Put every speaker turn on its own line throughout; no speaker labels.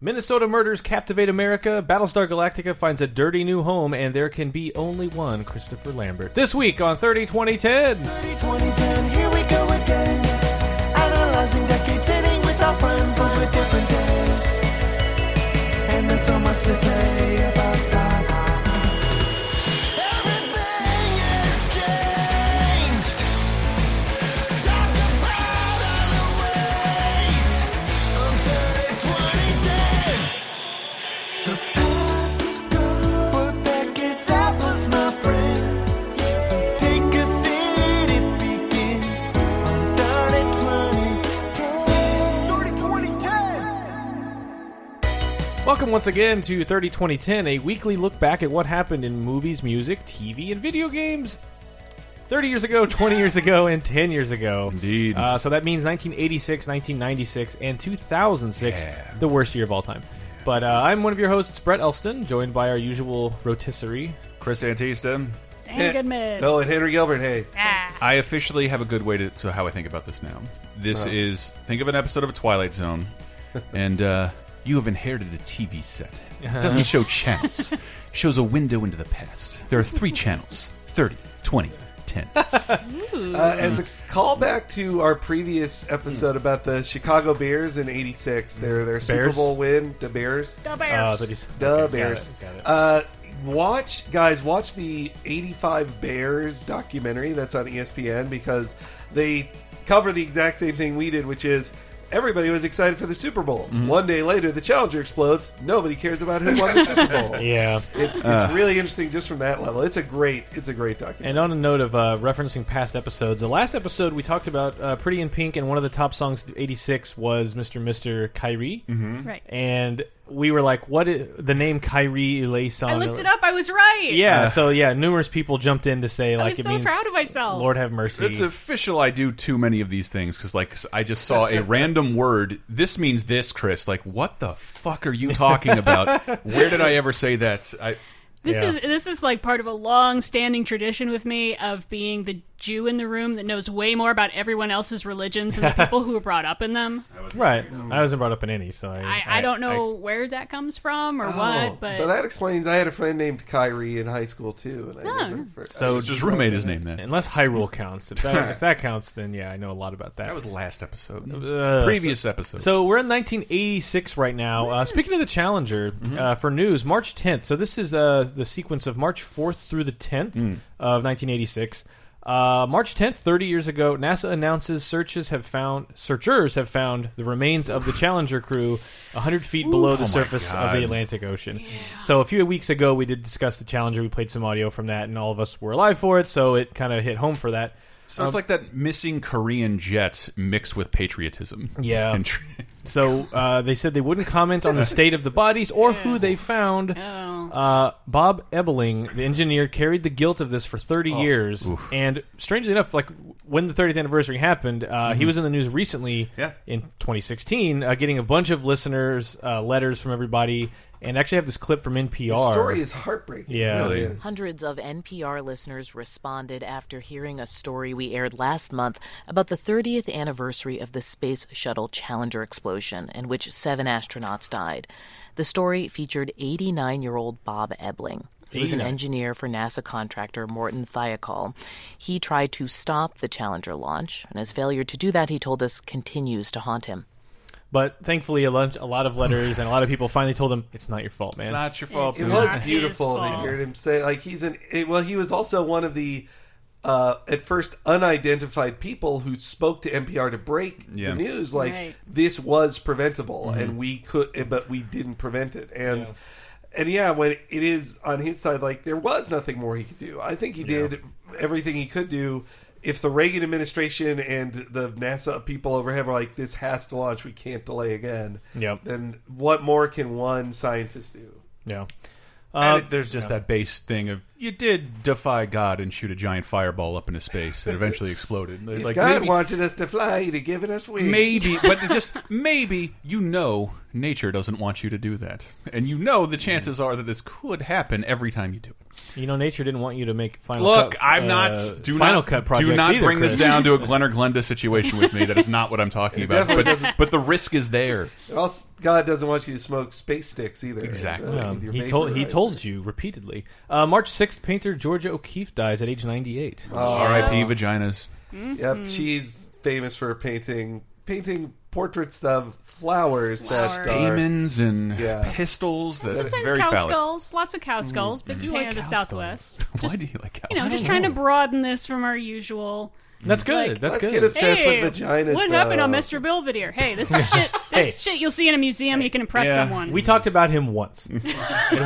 Minnesota murders captivate America. Battlestar Galactica finds a dirty new home, and there can be only one Christopher Lambert. This week on 30 2010.
30, 20, 10, here we go again. Analyzing, decadating with our friends, those were different days. And there's so much to say about that. Everything has changed. Talk about other ways. On 30, 20, 10. The past is gone. But that kid, that was my friend. Take a seat, it begins. 30, 20, 10. 30, 20, 10.
Welcome once again to 30 2010, a weekly look back at what happened in movies, music, TV, and video games 30 years ago, 20 years ago, and 10 years ago.
Indeed.
Uh, so that means 1986, 1996, and 2006,
Yeah.
the worst year of all time. But uh, I'm one of your hosts, Brett Elston, joined by our usual rotisserie.
Chris Antista.
Dan Goodman.
No, and Henry Gilbert. Hey,
I officially have a good way to, to how I think about this now. This is think of an episode of a Twilight Zone, and uh, you have inherited a TV set. It doesn't show channels; It shows a window into the past. There are three channels: 30, 20, 10.
uh, as a callback to our previous episode about the Chicago Bears in '86, their their Super
Bears?
Bowl win, the Bears,
The
Uh,
Bears.
that is-
the
okay, got
Bears.
it, got it.
Uh, watch, guys, watch the '85 Bears documentary that's on E ESPN because they cover the exact same thing we did, which is. Everybody was excited for the Super Bowl.
Mm-hmm.
One day later, the Challenger explodes. Nobody cares about who won the Super Bowl.
yeah. Uh.
It's, it's really interesting just from that level. It's a great, it's a great documentary.
And on a note of uh, referencing past episodes, the last episode we talked about uh, Pretty in Pink, and one of the top songs, 86, was Mr. Mr. Kyrie. Mm-hmm.
right.
And we were like, what is the name Kyrie Eleison?
I looked it up. I was right.
Yeah, so yeah, numerous people jumped in to say, like,
was
it
so
means
proud of myself.
Lord have mercy.
It's official. I do too many of these things because, like, I just saw a random word. This means this, Chris. Like, what the fuck are you talking about? Where did I ever say that? I,
This
Yeah.
is this is like part of a long-standing tradition with me of being the Jew in the room that knows way more about everyone else's religions than the people who were brought up in them.
right. I wasn't brought up in any, so Oh, I,
I, I don't know where that comes from or
Oh,
what, but
so that explains. I had a friend named Kyrie in high school too, and I never fr-
So
so just roommate his name then.
unless Hyrule counts. If that, if that counts, then yeah, I know a lot about that.
That was last episode.
Uh,
Previous episode.
So we're in 1986 right now. Uh, speaking of the Challenger, uh, for news, March 10th. So this is uh, the sequence of March 4th through the 10th of 1986. Uh, March 10th, 30 years ago, NASA announces searches have found searchers have found the remains of the Challenger crew 100 feet below the surface of the Atlantic Ocean. So a few weeks ago, we did discuss the Challenger. We played some audio from that, and all of us were alive for it. So it kind of hit home for that.
Sounds like that missing Korean jet mixed with patriotism.
Yeah.
And tr-
So uh, they said they wouldn't comment on the state of the bodies or who they found.
Oh.
Uh, Bob Ebeling, the engineer, carried the guilt of this for 30
Oh,
years. And strangely enough, like when the 30th anniversary happened, uh, he was in the news recently
Mm-hmm. Yeah.
in 2016, uh, getting a bunch of listeners' uh, letters from everybody, and actually have this clip from NPR.
the story is heartbreaking.
yeah,
Really?
Yes.
Hundreds of NPR listeners responded after hearing a story we aired last month about the 30th anniversary of the Space Shuttle Challenger explosion, in which seven astronauts died. The story featured 89 year old Bob Ebling. He was an
89.
engineer for NASA contractor Morton Thiokol. He tried to stop the Challenger launch, and his failure to do that, he told us, continues to haunt him.
but thankfully, a, lunch, a lot of letters and a lot of people finally told him it's not your fault, man.
It's not your fault.
It
dude.
was
Not
beautiful
his
to
fault.
hear him say, like he's an. It, well, he was also one of the uh, at first unidentified people who spoke to NPR to break
Yeah.
the news. Like
Right.
this was preventable, and we could, eh, but we didn't prevent it. And and yeah, when it is on his side, like there was nothing more he could do. I think he did everything he could do. If the Reagan administration and the NASA people overhead were like, "This has to launch, we can't delay again,"
Yep.
then what more can one scientist do?
Yeah. Uh,
And it- there's just that base thing of you did defy God and shoot a giant fireball up into space that eventually exploded. And they're
If
like
God
maybe,
wanted us to fly, he'd have given us wings.
maybe, but it just maybe you know nature doesn't want you to do that. And you know the chances are that this could happen every time you do it.
You know, nature didn't want you to make final.
Look,
cut,
I'm
uh,
not. Do
final
not,
cut projects
Do not
either,
bring this
Chris.
down to a Glenn or Glenda situation with me. That is not what I'm talking about.
definitely
But, but the risk is there.
Also, God doesn't want you to smoke space sticks either.
Exactly.
Uh,
Um,
with your
he told he
vaporizer.
told you repeatedly. Uh, March sixth, painter Georgia O'Keeffe dies at age ninety eight.
R.I.P. Vaginas.
Mm-hmm.
Yep, she's famous for painting painting portraits of flowers that are
Demons and
Yeah.
pistols. That
Sometimes
very
cow
phallic.
skulls, lots of cow skulls, big pan of the Southwest.
Why do you like cows?
You know, just trying to broaden this from our usual.
that's good.
Like-
that's
Let's
good.
get obsessed
Hey,
with vaginas.
what happened on
though.
Mr. Belvedere? Hey, this is shit. This shit you'll see in a museum. You can impress someone.
We talked about him once, and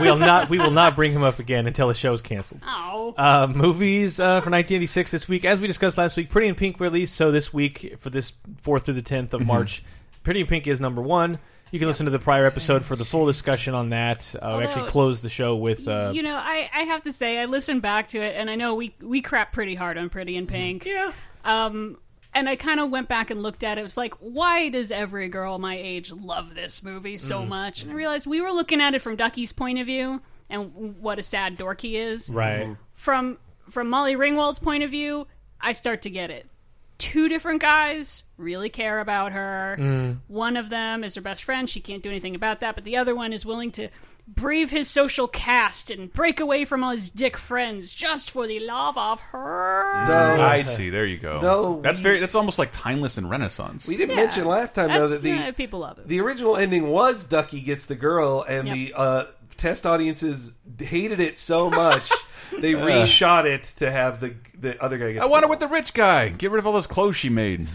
we'll not we will not bring him up again until the show is canceled.
Oh,
Uh, movies uh, for 1986 this week, as we discussed last week, Pretty in Pink released. So this week, for this fourth through the 10th
Mm-hmm.
of March, Pretty in Pink is number one. You can listen to the prior episode for the full discussion on that. Uh, we actually
Although-
closed the show with uh,
you know, I, I have to say, I listened back to it, and I know we we crap pretty hard on Pretty in Pink.
Mm-hmm.
Yeah. Um, and I kind of went back and looked at it. It was like, why does every girl my age love this movie so
Mm.
much? And I realized we were looking at it from Ducky's point of view, and what a sad dork he is.
Mm-hmm.
right.
From from Molly Ringwald's point of view, I start to get it. Two different guys really care about her.
Mm.
One of them is her best friend. She can't do anything about that. But the other one is willing to brave his social caste and break away from all his dick friends just for the love of her.
Though,
I see. There you go.
No,
that's
we-
very. That's almost like timeless and Renaissance.
we didn't mention last time though
That's-
that the
yeah, people love it.
the original ending was Ducky gets the girl, and
Yep.
the uh, test audiences hated it so much they reshot it to have the the other guy get.
I want it with the rich guy. Get rid of all those clothes she made.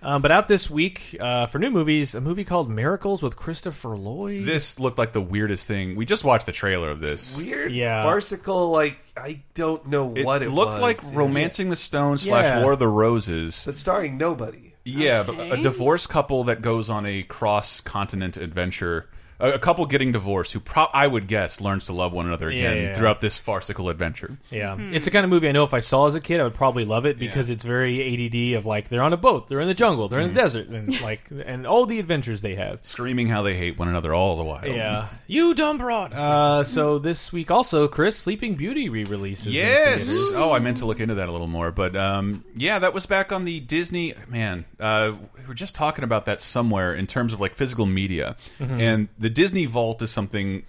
Um, but out this week uh, for new movies, a movie called Miracles with Christopher Lloyd.
this looked like the weirdest thing. We just watched the trailer of this.
weird,
Yeah.
farcical. Like I don't know
It
what it
looked
was.
like
It-
Romancing the Stone
Yeah.
slash War of the Roses.
but starring nobody.
Yeah, but a
Okay.
divorced couple that goes on a cross continent adventure. A, a couple getting divorced who, pro I would guess, learns to love one another
Yeah,
again
yeah, yeah.
throughout this farcical adventure.
Yeah, it's the kind of movie I know if I saw as a kid, I would probably love it because it's very ADD of like they're on a boat, they're in the jungle, they're in
Hmm.
the desert, and like and all the adventures they have.
Screaming how they hate one another all the while.
Yeah, you dumb broad. Uh, so this week also, Chris, Sleeping Beauty re-releases. in
Yes.
theaters.
Oh, I meant to look into that a little more, but um, yeah, that was back on the Disney. Man, uh, we were just talking about that somewhere in terms of like physical media,
Mm-hmm.
and the Disney Vault is something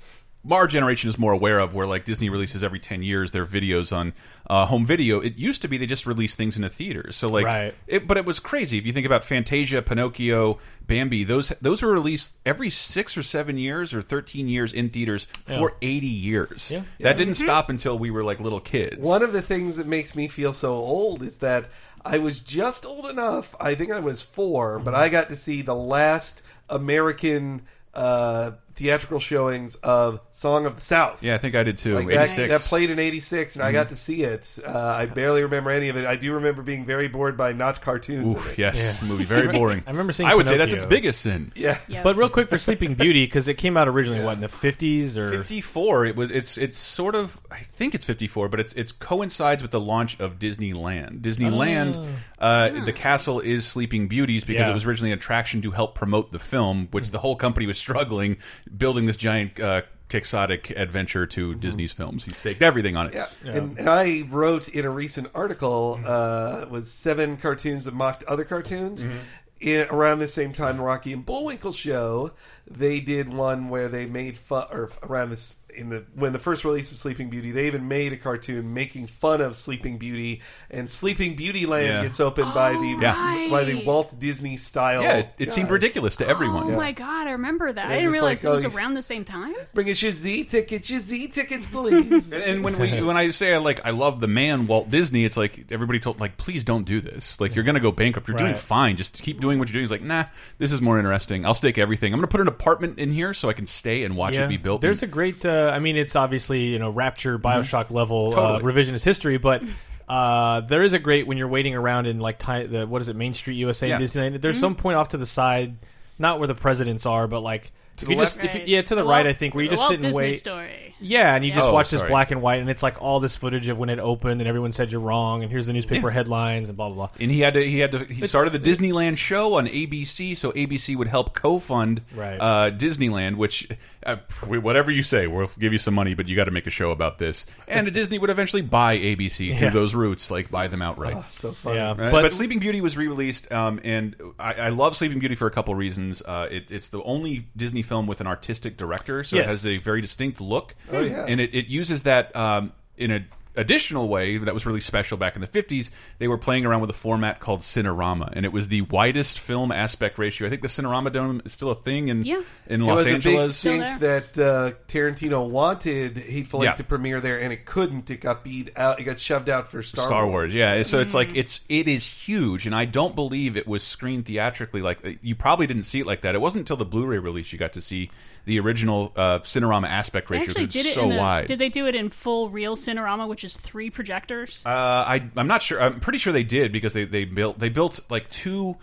our generation is more aware of, where like Disney releases every ten years their videos on uh, home video. It used to be they just released things in the theaters, so like,
Right.
it, but it was crazy if you think about Fantasia, Pinocchio, Bambi. Those those were released every six or seven years or thirteen years in theaters for eighty years.
Yeah.
That didn't stop until we were like little kids.
Mm-hmm. One of the things that makes me feel so old is that I was just old enough. I think I was four, but I got to see the last American uh, theatrical showings of Song of the South.
Yeah, Mm-hmm. I think I did too.
Like that-
86.
that, played in '86, and I got to see it. Uh, I barely remember any of it. I do remember being very bored by not cartoons. of
Oof,
it.
yes, movie very boring.
I remember seeing
I would say that's
Pinocchio.
its biggest sin.
Yeah.
Yeah.
But real quick for Sleeping Beauty because it came out originally what in the fifties or
54. It was. It's. It's sort of. I think it's 54, but it's. It's coincides with the launch of Disneyland. Disneyland. Uh, The castle is Sleeping Beauties because
Yeah.
it was originally an attraction to help promote the film, which the whole company was struggling building this giant uh, quixotic adventure to Disney's films. He staked everything on it.
Yeah. And I wrote in a recent
Mm-hmm.
article uh, was seven cartoons that mocked other cartoons.
Mm-hmm.
In, around the same time, the Rocky and Bullwinkle show, they did one where they made fun, or around this in the when the first release of Sleeping Beauty, they even made a cartoon making fun of Sleeping Beauty, and Sleeping Beauty Land
Yeah. Oh,
gets opened by the
Yeah.
by the Walt Disney style.
Yeah, it, it seemed ridiculous to everyone.
oh my god, I remember that. I
They're
didn't
just
realize
like,
it was
oh, you-
around the same time.
Bring us your Z tickets, your Z tickets, please.
And- And when we when I say I like I love the man Walt Disney, it's like everybody told like please don't do this. Like you're gonna go bankrupt. You're doing
Right.
fine. Just keep doing what you're doing. He's like, nah, this is more interesting. I'll stake everything. I'm gonna put an apartment in here so I can stay and watch
Yeah.
it be built.
There's a
And- Mm-hmm.
great. Uh, I mean, it's obviously you know Rapture, Bioshock level uh,
Totally.
revisionist history, but. Uh, there is a great when you're waiting around in like ti the what is it Main Street USA in
Yeah. Mm-hmm.
Disneyland. There's some point off to the side, not where the presidents are, but like
To
If you
the
just,
left?
if you- yeah, to the right, I think, where you
The
just
Walt
sit and
Disney
wait.
story.
Yeah, and you just
Oh,
watch this
sorry.
black and white, and it's like all this footage of when it opened, and everyone said you're wrong, and here's the newspaper headlines, and blah blah blah.
And he had to. He had to. He started the Disneyland show on ABC, so ABC would help co-fund
Right.
uh, Disneyland. Which, uh, whatever you say, we'll give you some money, but you got to make a show about this. And Disney would eventually buy ABC
Yeah.
through
Oh,
those routes, like buy them outright.
So funny.
Yeah,
Right? But,
but,
Sleeping Beauty was re-released, um, and I, I love Sleeping Beauty for a couple reasons. Uh, it, it's the only Disney film with an artistic director, so it
Yes.
has a very distinct look,
Oh, yeah.
and it, it uses that um, in a additional way that was really special back in the 50s they were playing around with a format called cinerama and it was the widest film aspect ratio i think the cinerama dome is still a thing in
Yeah.
in
It
los
was a big
angeles
stink that uh, Tarantino wanted Hateful
Yeah.
Eight to premiere there, and it couldn't. It got beat out. It got shoved out for Star,
Star Wars, yeah. So it's
Mm-hmm.
like it's it is huge, and I don't believe it was screened theatrically. Like uh, you probably didn't see it like that. It wasn't until the Blu-ray release you got to see the original uh, Cinerama aspect
They
ratio.
actually
because
did
it's
it
so
in the,
wide.
Did they do it in full real Cinerama, which is three projectors?
uh, I I'm not sure. I'm pretty sure they did because they they built they built like two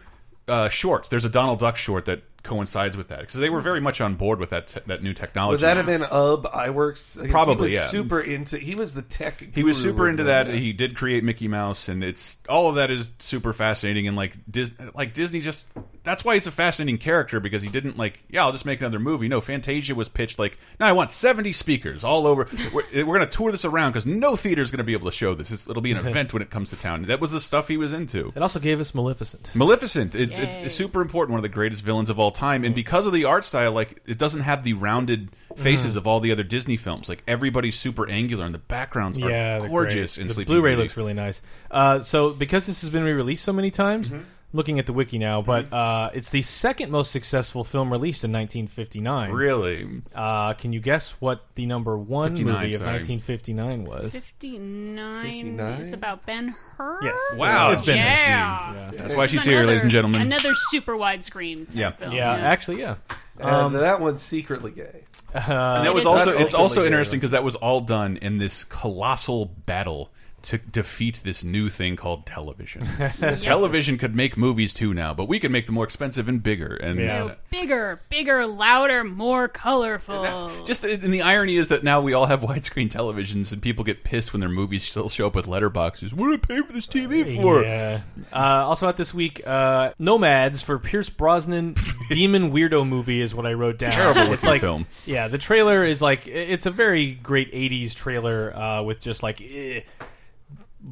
uh, shorts. There's a Donald Duck short that coincides with that because
Hmm.
they were very much on board with that te- that new technology.
Would that have been Ub Iwerks? 'Cause
Probably,
He was
yeah.
Super into. He was the tech.
He was
guru
super into
in
that. He did create Mickey Mouse, and it's all of that is super fascinating. And like Dis like Disney, just that's why it's a fascinating character because he didn't like, yeah, I'll just make another movie. No, Fantasia was pitched like, no, I want seventy speakers all over. We're, we're gonna tour this around because no theater is gonna be able to show this. It's, it'll be an event when it comes to town. That was the stuff he was into.
it also gave us Maleficent.
Maleficent. It's,
Yay.
it's super important. One of the greatest villains of all time,
Mm.
and because of the art style, like it doesn't have the rounded faces
Mm.
of all the other Disney films. Like everybody's super angular, and the backgrounds
yeah,
are
they're
gorgeous.
great.
In
the
Sleeping
Blu-ray
Beauty.
looks really nice. Uh, so because this has been re-released so many times,
Mm-hmm.
I'm looking at the wiki now, but uh, it's the second most successful film released in 1959.
really.
Uh, can you guess what the number one
59,
movie of
sorry.
1959 was?
59,
59?
is about Ben Hur.
Yes.
Wow.
it's been
Yeah.
That's why she's
It's
here,
another-
ladies and gentlemen.
Another super widescreen. type
Yeah.
film,
yeah, actually, yeah.
And
um,
that one's secretly gay.
and that was
is
also
not
it's also
openly
interesting
gay.
because that was all done in this colossal battle to defeat this new thing called television. television could make movies too now, but we could make them more expensive and bigger. And
Yeah.
So bigger, bigger, louder, more colorful.
Just the, and the irony is that now we all have widescreen televisions, and people get pissed when their movies still show up with letterboxes. What did I pay for this TV for?
Yeah. Uh, also out this week, uh, Nomads for Pierce Brosnan Demon Weirdo movie is what I wrote down.
Terrible
it's
looking
like
film.
yeah, the trailer is like it's a very great '80s trailer uh, with just like. eh,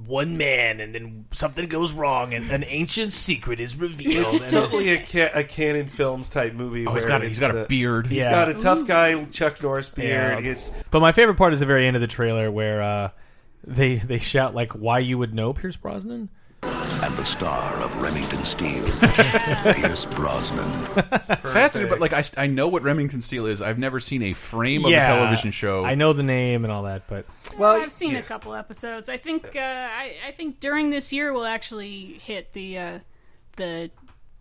one man, and then something goes wrong, and an ancient secret is revealed.
It's
and-
totally a, ca- a Canon Films type movie.
Oh,
where
he's got a,
it's,
he's got a
uh,
beard.
Yeah.
He's got a tough guy Chuck Norris beard.
Yeah.
It's
But my favorite part is the very end of the trailer where uh, they they shout like, "Why you would know Pierce Brosnan?"
and the star of Remington Steele, Pierce Brosnan.
fascinating. But like I, I know what Remington Steele is. I've never seen a frame of a television show.
I know the name and all that, but
well,
I've seen
yeah.
a couple episodes. I think uh, I, I think during this year we'll actually hit the uh, the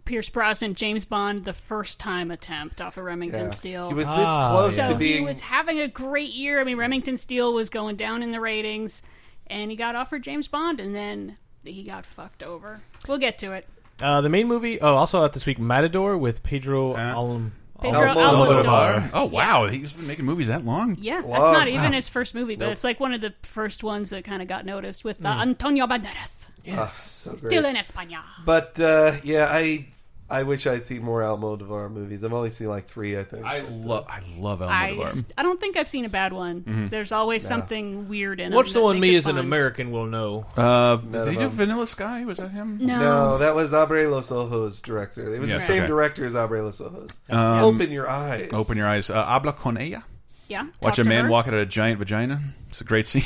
Pierce Brosnan James Bond the first time attempt off of Remington
Yeah.
Steele.
He was this
Ah,
close
so
to being.
he was having a great year. I mean, Remington Steele was going down in the ratings, and he got offered James Bond, and then he got fucked over. We'll get to it.
Uh, the main movie. Oh, also out this week, Matador with Pedro
Uh-huh.
Alm.
Pedro
Almodovar.
Almodovar.
Oh wow, he's been making movies that long.
Yeah, that's
Wow.
not even his first movie, but it's like one of the first ones that kind of got noticed with uh, Antonio Banderas,
so great.
still in España.
But uh, yeah, I I wish I'd seen more Almodovar movies. I've only seen like three, I think.
I love I love
I,
Almodovar.
I don't think I've seen a bad one. There's always something weird in it.
What's the one me as an American will know?
Uh, did he
of
do
them.
Vanilla Sky? Was that him?
No.
no, that was Abre Los Ojos director. It was
Yes,
the same
okay. Um,
director as Abre Los Ojos. open your eyes.
Open your eyes. Uh, Habla con ella.
Yeah.
Watch
Talk
a
to
man
her.
walk out of a giant vagina. It's a great scene.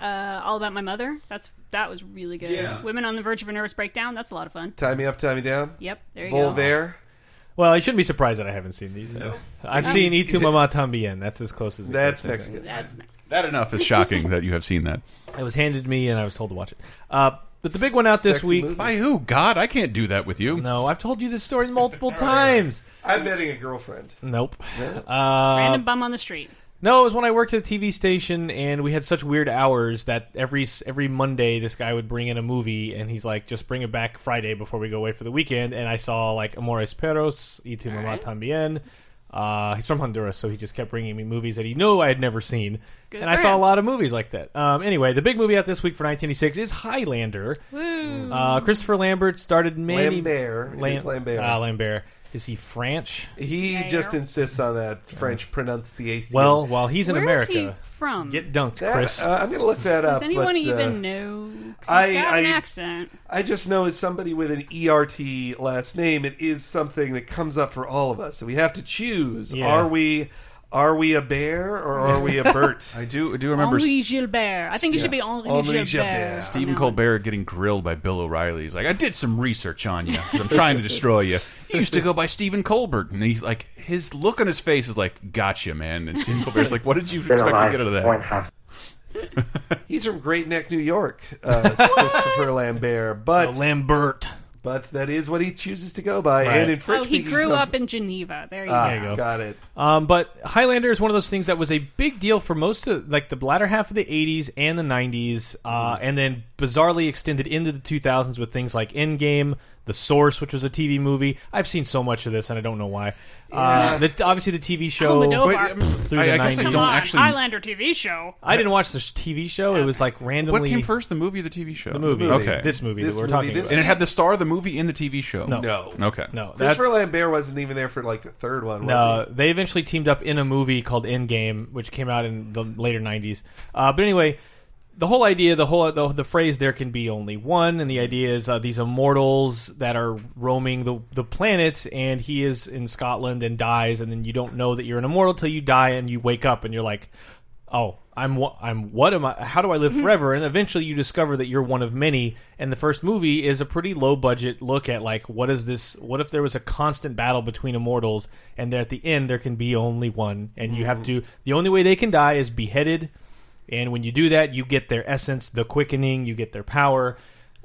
Uh, All about my mother. That's that was really good.
Yeah.
Women on the verge of a nervous breakdown. That's a lot of fun.
Tie me up, tie me down.
Yep. There you go.
Volvaire.
Well, I shouldn't be surprised that I haven't seen these. I've seen
He's-
"Y tu Mama Tambien." That's as close as it
That's
gets, I think.
Mexican.
That's Mexican.
that enough is shocking that you have seen that.
It was handed to me, and I was told to watch it. Uh, but the big one out this
Sexy
week.
movie.
By who? God, I can't do that with you.
No, I've told you this story multiple times.
I'm betting a girlfriend.
Nope.
Random bum on the street.
No, it was when I worked at a TV station, and we had such weird hours that every every Monday this guy would bring in a movie, and he's like, "Just bring it back E Friday before we go away for the weekend." And I saw like Amores Perros, Y tu Mamá Tambien. Uh, he's from Honduras, so he just kept bringing me movies that he knew I had never seen,
Good
and I
for
saw a
him.
lot of movies like that. Um, anyway, the big movie out this week for 1986 is Highlander. Uh, Christopher Lambert started many
Lambert. It is Lambert.
Ah, Lambert. Is he French?
He just insists on that French pronunciation.
Well, while he's in
Where is
America,
he from?
get dunked,
That-
Chris.
uh, I'm going to look that up.
Does anyone
but, uh,
even know? 'Cause He's
I-
got an
I-
accent.
I just know it's somebody with an ERT last name. It is something that comes up for all of us. So we have to choose.
Yeah.
Are we are we a bear or are we a Bert?
I do I do remember
Henri Gilbert. I think it should be Henri,
Henri
Gilbert.
Gilbert.
Stephen Colbert getting grilled by Bill O'Reilly. He's like, I did some research on you. 'cause I'm trying to destroy you. You used to go by Stephen Colbert. And he's like, his look on his face is like, gotcha, man. And Stephen Colbert's like, what did you expect to get out of that?
He's from Great Neck, New York, uh, Christopher Lambert. But
Lambert.
but that is what he chooses to go by.
Right.
And in French,
Oh, he
speaking
grew
countries-
up in Geneva. There you
Ah,
There you go.
Got it.
Um, but Highlander is one of those things that was a big deal for most of like the latter half of the '80s and the '90s, uh, and then bizarrely extended into the 2000s with things like Endgame, The Source, which was a TV movie. I've seen so much of this, and I don't know why. Uh, the, obviously, the TV show.
Almodovar.
Wait, I'm so-
Through
I,
the
I guess I
90s.
don't
Come on,
actually.
Highlander TV show.
I didn't watch this TV show. It was like randomly
what came first, the movie or the TV show? The
movie.
Okay.
This movie
This
that we're
movie,
talking
this
about.
and it had the star of the movie in the TV show?
No.
Okay.
No, that's
Christopher Lambert wasn't even there for like the third one. Was
No,
he?
they eventually teamed up in a movie called Endgame, which came out in the later '90s. Uh, but anyway, the whole idea, the whole the, the phrase "there can be only one," and the idea is uh, these immortals that are roaming the the planet, and he is in Scotland and dies, and then you don't know that you're an immortal till you die and you wake up and you're like, oh i'm what i'm what am i how do i live forever and eventually you discover that you're one of many and the first movie is a pretty low budget look at like what is this what if there was a constant battle between immortals and that at the end there can be only one and you have
Mm-hmm.
to the only way they can die is beheaded and when you do that you get their essence the quickening you get their power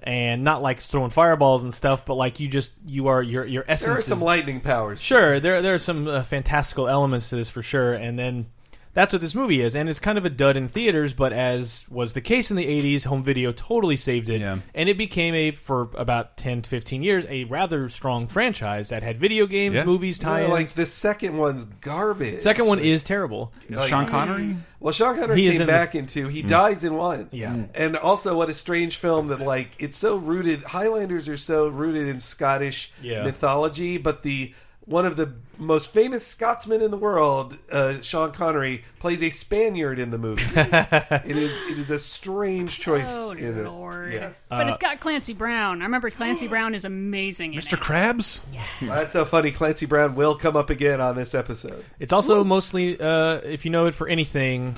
and not like throwing fireballs and stuff but like you just you are your your essence
There are some
is-
lightning powers.
Sure, there there are some uh, fantastical elements to this for sure, and then that's what this movie is, and it's kind of a dud in theaters. But as was the case in the '80s, home video totally saved it,
Yeah.
and it became a for about 10, 15 years a rather strong franchise that had video games,
Yeah.
movies,
You know,
tie-ins.
like the second one's garbage.
Second one is terrible.
Sean Connery?
Well, Sean Connery
He is
came
in the- Hmm.
back in two. He dies in one.
Yeah. Mm.
And also, what a strange film that, like, it's so rooted. Highlanders are so rooted in Scottish
Yeah.
mythology, but the. One of the most famous Scotsmen in the world, uh, Sean Connery, plays a Spaniard in the movie. it is it is a strange choice.
Oh
in it.
lord!
Yes.
But it's got Clancy Brown. I remember Clancy Brown is amazing. in
Mr.
it.
Krabs?
That's so funny. Clancy Brown will come up again on this episode.
It's also mostly uh, if you know it for anything,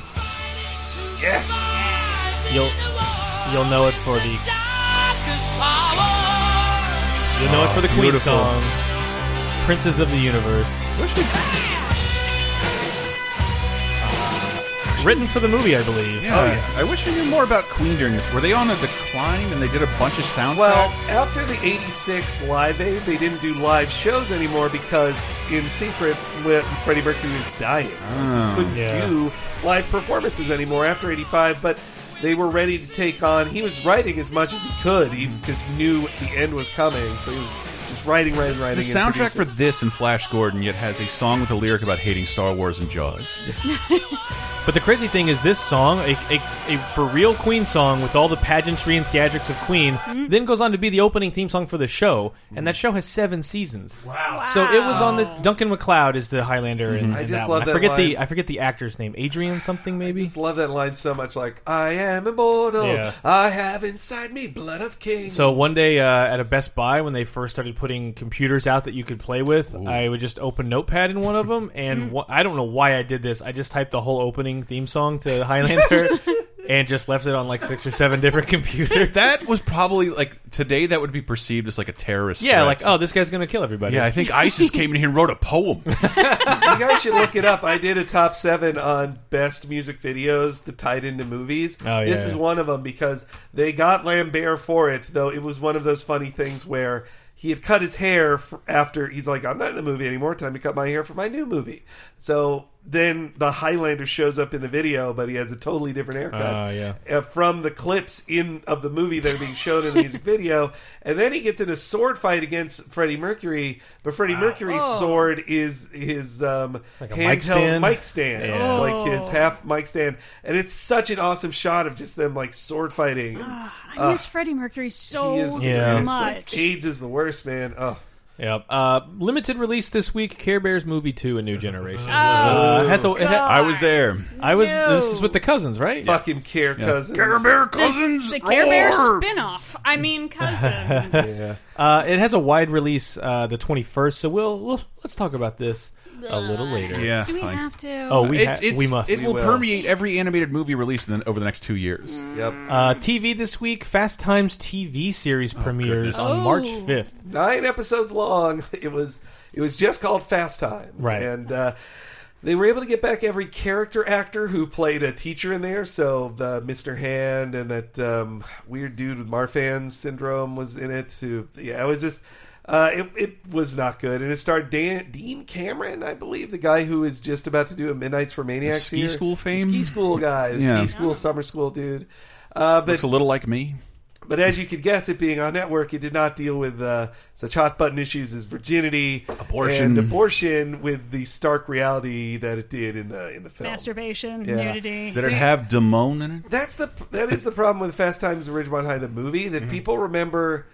Yes.
you'll you'll know it for the you'll know it for the Queen
beautiful.
song, Princes of the Universe. Written for the movie, I believe.
Yeah.
Oh,
I wish I knew more about Queen during this. Were they on a decline and they did a bunch of soundtracks?
Well, after the 86 Live Aid, they didn't do live shows anymore because in secret, when Freddie Mercury was dying.
Oh.
He couldn't
Yeah.
do live performances anymore after 85, but they were ready to take on. He was writing as much as he could
Hmm.
because he knew the end was coming, so he was just writing, writing, writing.
The
and
soundtrack for
producing.
this and Flash Gordon yet has a song with a lyric about hating Star Wars and Jaws.
But the crazy thing is, this song, a, a, a for real Queen song with all the pageantry and theatrics of Queen, then goes on to be the opening theme song for the show, and
Mm.
that show has seven seasons. Wow! So it was on the Duncan MacLeod is the Highlander, and
Mm-hmm. I just love
one.
that
I forget the
line.
I forget the actor's name, Adrian something
I
maybe.
just love that line so much. Like, I am immortal.
Yeah.
I have inside me blood of kings.
So one day uh, at a Best Buy, when they first started putting computers out that you could play with, I would just open Notepad in one of them, and wha- I don't know why I did this. I just typed the whole opening theme song to Highlander, and just left it on like six or seven different computers.
That was probably like today. That would be perceived as like a terrorist.
yeah,
threat.
like oh, this guy's gonna kill everybody.
yeah. I think ISIS came in here and wrote a poem.
you guys should look it up. I did a top seven on best music videos that tied into movies.
Oh, yeah,
this is
yeah.
one of them because they got Lambert for it, though it was one of those funny things where he had cut his hair f- after he's like, I'm not in the movie anymore. Time to cut my hair for my new movie. So Then the Highlander shows up in the video, but he has a totally different haircut
Ah, yeah.
uh, from the clips in of the movie that are being shown in the music video. And then he gets in a sword fight against Freddie Mercury, but Freddie Mercury's sword is his um,
Oh. a
handheld
mic stand?
mic stand,
Yeah. Oh.
like his half mic stand. And it's such an awesome shot of just them like sword fighting.
I miss Freddie Mercury so
he is the
Oh. Yeah.
worst. Like,
much.
AIDS is the worst, man. Oh.
Yep. Uh, limited release this week. Care Bears Movie Two: A New Generation. uh, has a, it ha-
I was there.
I was.
No.
This is with the cousins, right?
Fucking care cousins.
Cousins.
the Care Bear spinoff. I mean, cousins.
Uh, it has a wide release uh, the twenty first. So we'll, we'll let's talk about this a little later.
Yeah,
Do we
fine.
have to?
Oh, we
It-
ha-
it's-
we must.
It will, Mm.
will.
permeate every animated movie released in the, over the next two years.
Yep.
Uh, TV this week. Fast Times TV series premieres
goodness.
on
Oh.
March fifth.
nine episodes long. It was it was just called Fast Times,
Right.
And uh, they were able to get back every character actor who played a teacher in there. So the Mister Hand and that um, weird dude with Marfan syndrome was in it. Too. Yeah, it was just. Uh, it, it was not good, and it starred Dan, Dean Cameron, I believe, the guy who is just about to do a Midnight's for Maniacs.
Ski
here.
school fame?
ski school guy, the
Yeah.
ski school summer school dude. Uh, but
Looks a little like me.
but as you could guess, it being on network, it did not deal with uh, such hot button issues as virginity,
Abortion.
and abortion, with the stark reality that it did in the in the film.
Masturbation,
Yeah.
nudity.
Did it have Damone in it?
That's the that is the problem with Fast Times at Ridgemont High, the movie
Mm-hmm.
that people remember.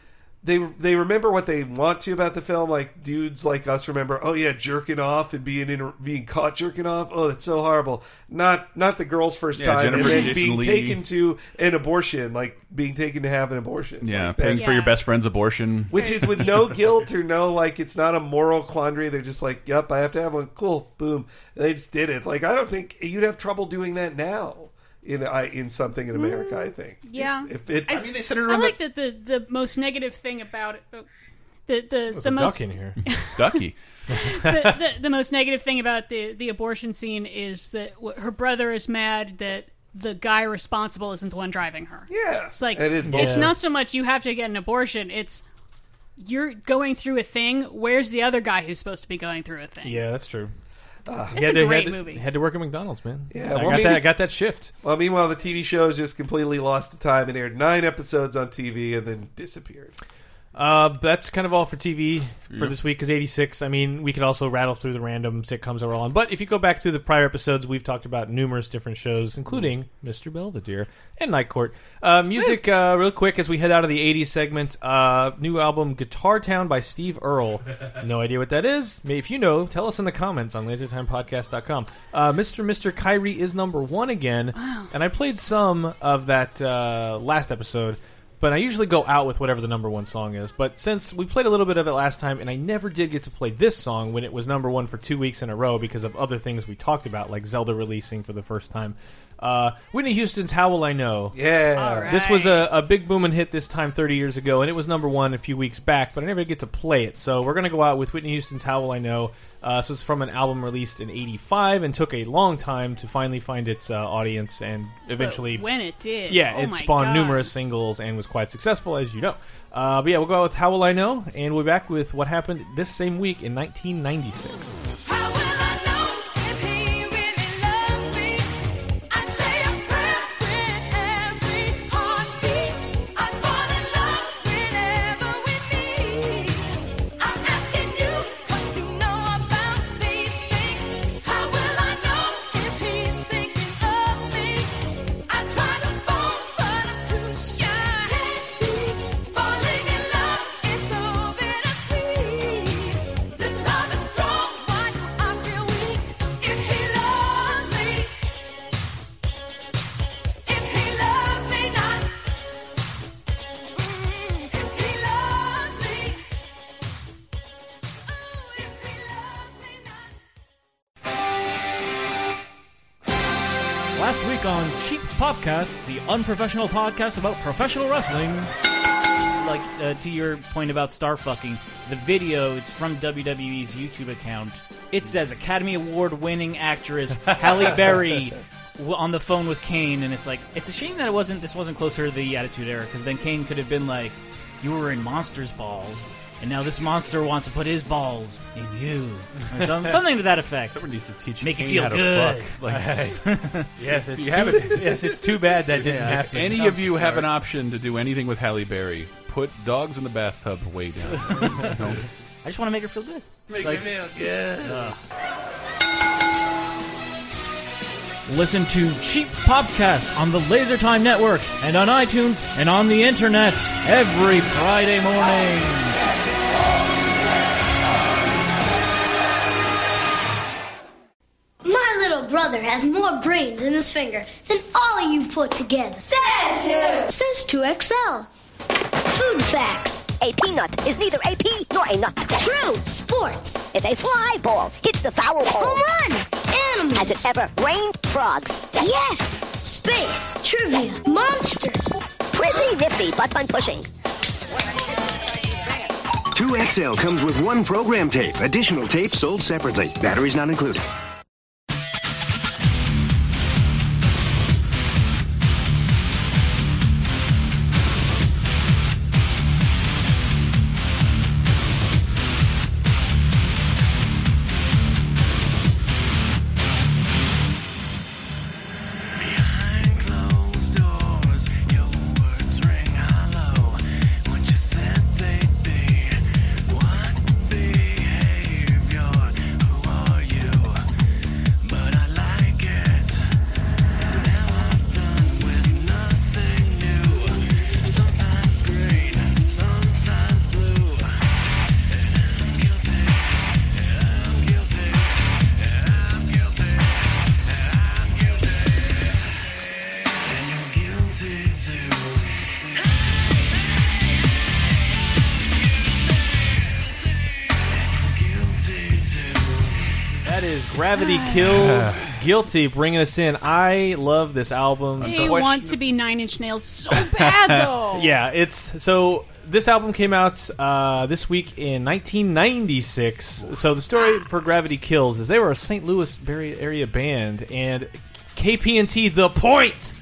They they remember what they want to about the film, like dudes like us remember. Oh yeah, jerking off and being in, being caught jerking off. Oh, that's so horrible. Not not the girl's first
Yeah,
time,
Jennifer
and then
Jason
being
Leigh.
taken to an abortion, like being taken to have an abortion.
Yeah,
Like, that-
paying for
Yeah.
your best friend's abortion.
which is with no guilt or no like it's not a moral quandary they're just like yep i have to have one cool boom they just did it like i don't think you'd have trouble doing that now in I, in something in america i think
Yeah.
if, if it
I-
I,
I mean, they centered
I
around
like that the, the most negative thing about it. oh, The, the,
There's
the
a
most
duck in here.
the ducky.
the, the, the most negative thing about the, the abortion scene is that wh- her brother is mad that the guy responsible isn't the one driving her.
yeah
It's like
it is
it's
bullshit.
not so much you have to get an abortion, it's you're going through a thing, where's the other guy who's supposed to be going through a thing?
Yeah, that's true.
It's a
to- had
great
to,
movie.
Had to work at McDonald's, man.
Yeah,
I
well,
got
maybe-
that. I got that shift.
well meanwhile the tv show is just completely lost to time and aired nine episodes on tv and then disappeared
Uh, but that's kind of all for TV for this week. Because eighty six. I mean, we could also rattle through the random sitcoms that we're all on. But if you go back to the prior episodes, we've talked about numerous different shows, including Mr. Belvedere and Night Court. Uh, music, uh, real quick, as we head out of the '80s segment. Uh, new album, Guitar Town by Steve Earle. no idea what that is. May- If you know, tell us in the comments on LaserTimePodcast.com. Uh, Mr. Mr. Kyrie is number one again, and I played some of that uh, last episode. But I usually go out with whatever the number one song is. But since we played a little bit of it last time, and I never did get to play this song when it was number one for two weeks in a row because of other things we talked about, like Zelda releasing for the first time. Uh, Whitney Houston's "How Will I Know."
yeah
All right.
uh, This was a, a big booming hit this time 30 years ago, and it was number one a few weeks back, but I never get to play it. So we're going to go out with Whitney Houston's How Will I Know. Uh, this was from an album released in 85 and took a long time to finally find its uh, audience and eventually.
When it did.
yeah,
oh
it
my
spawned
God.
numerous singles and was quite successful, as you know. Uh, but yeah, we'll go out with How Will I Know, and we'll be back with what happened this same week in 1996.
How will I know if he really loves me? I say a prayer with every heartbeat. I fall in love whenever we meet. I'm asking you what you know about these things. How will I know if he's thinking of me? I try to fall, but I'm too shy and sweet. Falling in love is so bittersweet. This love is strong, why do I feel weak? If he loves me, if he loves me not, if he loves me, oh, if he loves me not.
Last week on Cheap Podcast, the unprofessional podcast about professional wrestling. Like uh, to your point about star fucking, the video it's from WWE's YouTube account. It says Academy Award winning actress Halle Berry w- on the phone with Kane, and it's like it's a shame that it wasn't this wasn't closer to the Attitude Era because then Kane could have been like, "You were in Monsters Balls." and now this monster wants to put his balls in you. Or some- something to that effect.
Someone needs to teach
Make you
Kane
feel
how to
good.
fuck. Like,
Yes, it's too,
You have it.
yes, it's too bad that didn't happen.
any of you have an option to do anything with Halle Berry, put dogs in the bathtub way down. Don't.
I just want to make her feel good. uh, Listen to Cheap Podcast on the Laser Time Network and on iTunes and on the internet every Friday morning.
My little brother has more brains in his finger than all of you put together. Says 2XL. Food facts.
A peanut is neither a pea nor a nut.
True. Sports.
If a fly ball hits the foul pole,
Home run. Animals.
has it ever rained frogs?
Yes. Space. Trivia. Monsters.
Pretty nifty butt fun pushing.
2XL comes with one program tape. Additional tape sold separately. Batteries not included.
That is Gravity
Ah.
Kills Guilty bringing us in. I love this album.
They
so
want to be Nine Inch Nails so bad, though.
Yeah, it's so this album came out uh, this week in 1996. So the story for Gravity Kills is they were a St. Louis Bay area band and KPNT The Point.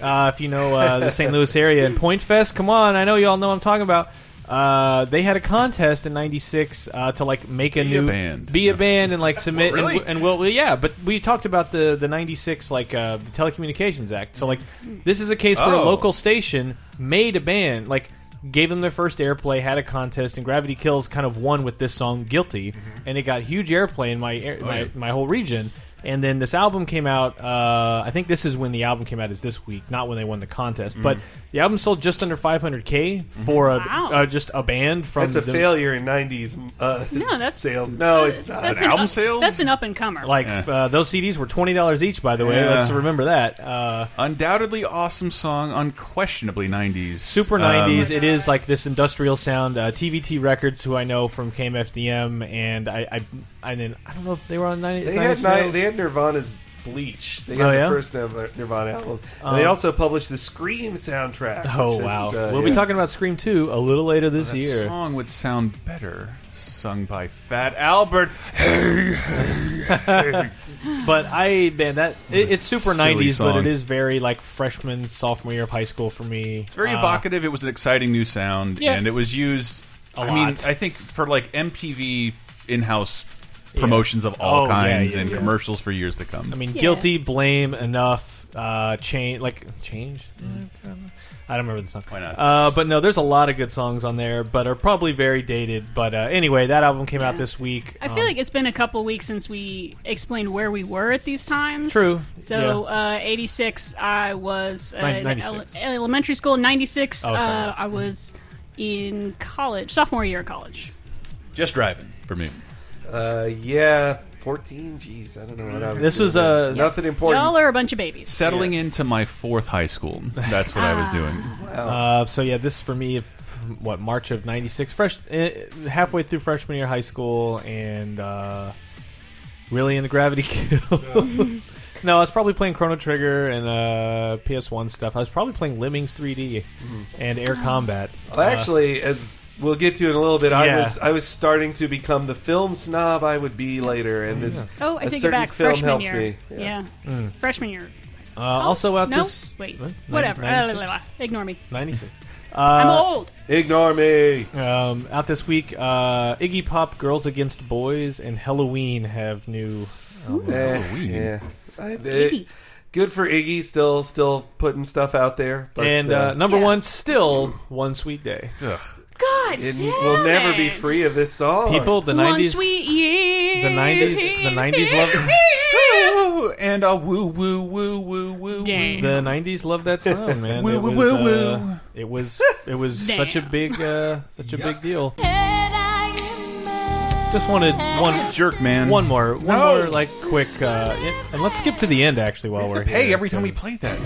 Uh, if you know uh, the St. Louis area and Point Fest, come on! I know you all know what I'm talking about. Uh, they had a contest in '96 uh, to like make a
Be a
new
band.
be a band, and like submit and
really?
w- and well, well, yeah. But we talked about the the '96 like uh, the Telecommunications Act. So like this is a case where a
Oh.
local station made a band, like gave them their first airplay, had a contest, and Gravity Kills kind of won with this song "Guilty," and it got huge airplay in my air, my,
Mm-hmm. Oh, yeah.
my whole region. And then this album came out. Uh, I think this is when the album came out. Is this week, not when they won the contest. But
Mm-hmm.
the album sold just under 500k for a,
Wow.
uh, just a band from
That's a
the-
failure in '90s uh,
No, that's-
sales. No, it's not.
That's
An album
up-
sales?
That's an up and comer.
Like
Yeah.
uh, those CDs were twenty dollars each. By the way,
Yeah.
let's remember that. Uh,
Undoubtedly awesome song, unquestionably 90s.
Super
Um,
90s. it is like this industrial sound. Uh, TVT Records, who I know from KMFDM, and I, I, and then I don't know if they were on 90.
They
90s
had nine,
sales.
they had Nirvana's Bleach. They had
Oh,
the
yeah?
first Nirv- Nirvana album. And they also published the Scream soundtrack.
Oh
which is,
wow!
uh,
we'll be
yeah.
talking about Scream 2 a little later this
That
year.
song would sound better sung by Fat Albert.
But I man, that it, it's super
Silly
90s, but
song.
it is very like freshman sophomore year of high school for me. Um, It's
Very evocative. It was an exciting new sound,
Ah. Yeah.
and it was used.
A
I mean,
lot.
I think for like MTV in-house promotions of all
Oh, yeah,
kinds
yeah,
and
yeah.
commercials for years to come.
I mean, guilty, blame, enough, uh, change, like change.
Mm,
I don't remember the song.
Why not?
Uh, but no, there's a lot of good songs on there, but are probably very dated. But uh, anyway, that album came out this week.
I
Um,
feel like it's been a couple weeks since we explained where we were at these times.
True.
So, uh, 86, I was uh,
Nin-
in
96.
ele- elementary school. 96,
Oh,
uh,
sorry.
I was in college, sophomore year of college.
just driving for me.
Uh, yeah, 14. Jeez, I don't know what I was.
This was,
doing.
uh,
nothing important.
Y'all are a bunch of babies.
Settling into my fourth high school. That's what I
Ah.
was doing.
Uh, so yeah, this for me, if, what March of '96, fresh eh, halfway through freshman year of high school, and uh, really into Gravity Kills. no, I was probably playing Chrono Trigger and uh, PS1 stuff. I was probably playing Lemmings 3D
Mm-hmm.
and Air Combat.
Well, actually, as we'll get to in a little bit, I
Yeah.
was I was starting to become the film snob I would be later, and this
Oh,
a
I take it
certain
back.
film
Freshman
helped
year.
Hmm.
me.
Yeah. Freshman year.
Uh, also out
Oh, no?
this.
Wait.
what?
Whatever.
96?
Ignore me.
96. Uh,
I'm old.
Ignore me. Um, out this week, uh, Iggy Pop, Girls Against Boys, and Halloween have new. albums.
Eh, Yeah. I- it- good for Iggy. Still, still putting stuff out there. But,
and uh, number one, still One Sweet Day.
God
it
damn
will never
it.
be free of this song.
People, the
One
90s.
sweet year.
The 90s. The 90s love.
and a woo woo woo woo woo.
Damn.
The '90s loved that song, man.
Woo,
it,
woo,
was,
woo,
uh,
woo.
it was it was
Damn.
such a big uh, such a big deal. Just wanted one
jerk, man.
One more, one
No.
more, like quick, uh, it- and let's skip to the end actually while we are
Hey,
here.
every time we
'cause-
played that.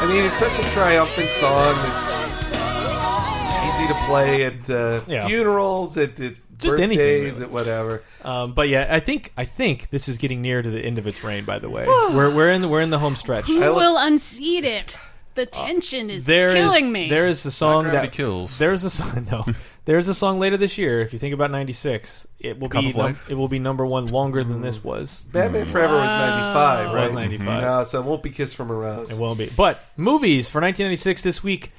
I mean, it's such a triumphant song. It's easy to play at uh,
Yeah.
funerals, at, at
Just
birthdays,
anything, really.
at whatever.
Um, but yeah, I think I think this is getting near to the end of its reign. By the way, we're we're in the, we're in the home stretch.
Who will unseat it? The tension is
There is
killing me.
There is a song
Gravity
that
kills.
There's a song. No, there's a song later this year. If you think about '96, it will
Cup
be
of
num-
Life?
it will be number one longer than this was.
Batman Forever was 95,
Mm.
right?
It
Mm-hmm.
was 95.
No, so it won't be Kiss from a Rose.
It won't be. But movies for 1996 this week,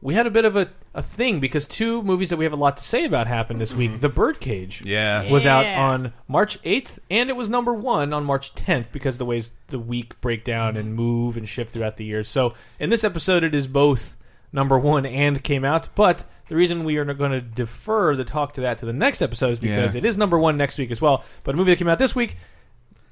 we had a bit of a, a thing because two movies that we have a lot to say about happened this week. The Birdcage
Mm-hmm. Yeah.
was out
Yeah.
on March 8th, and it was number one on March 10th because of the ways the week break down
Mm-hmm.
and move and shift throughout the year. So in this episode, it is both number one and came out. But the reason we are not going to defer the talk to that to the next episode is because
Yeah.
it is number one next week as well. But a movie that came out this week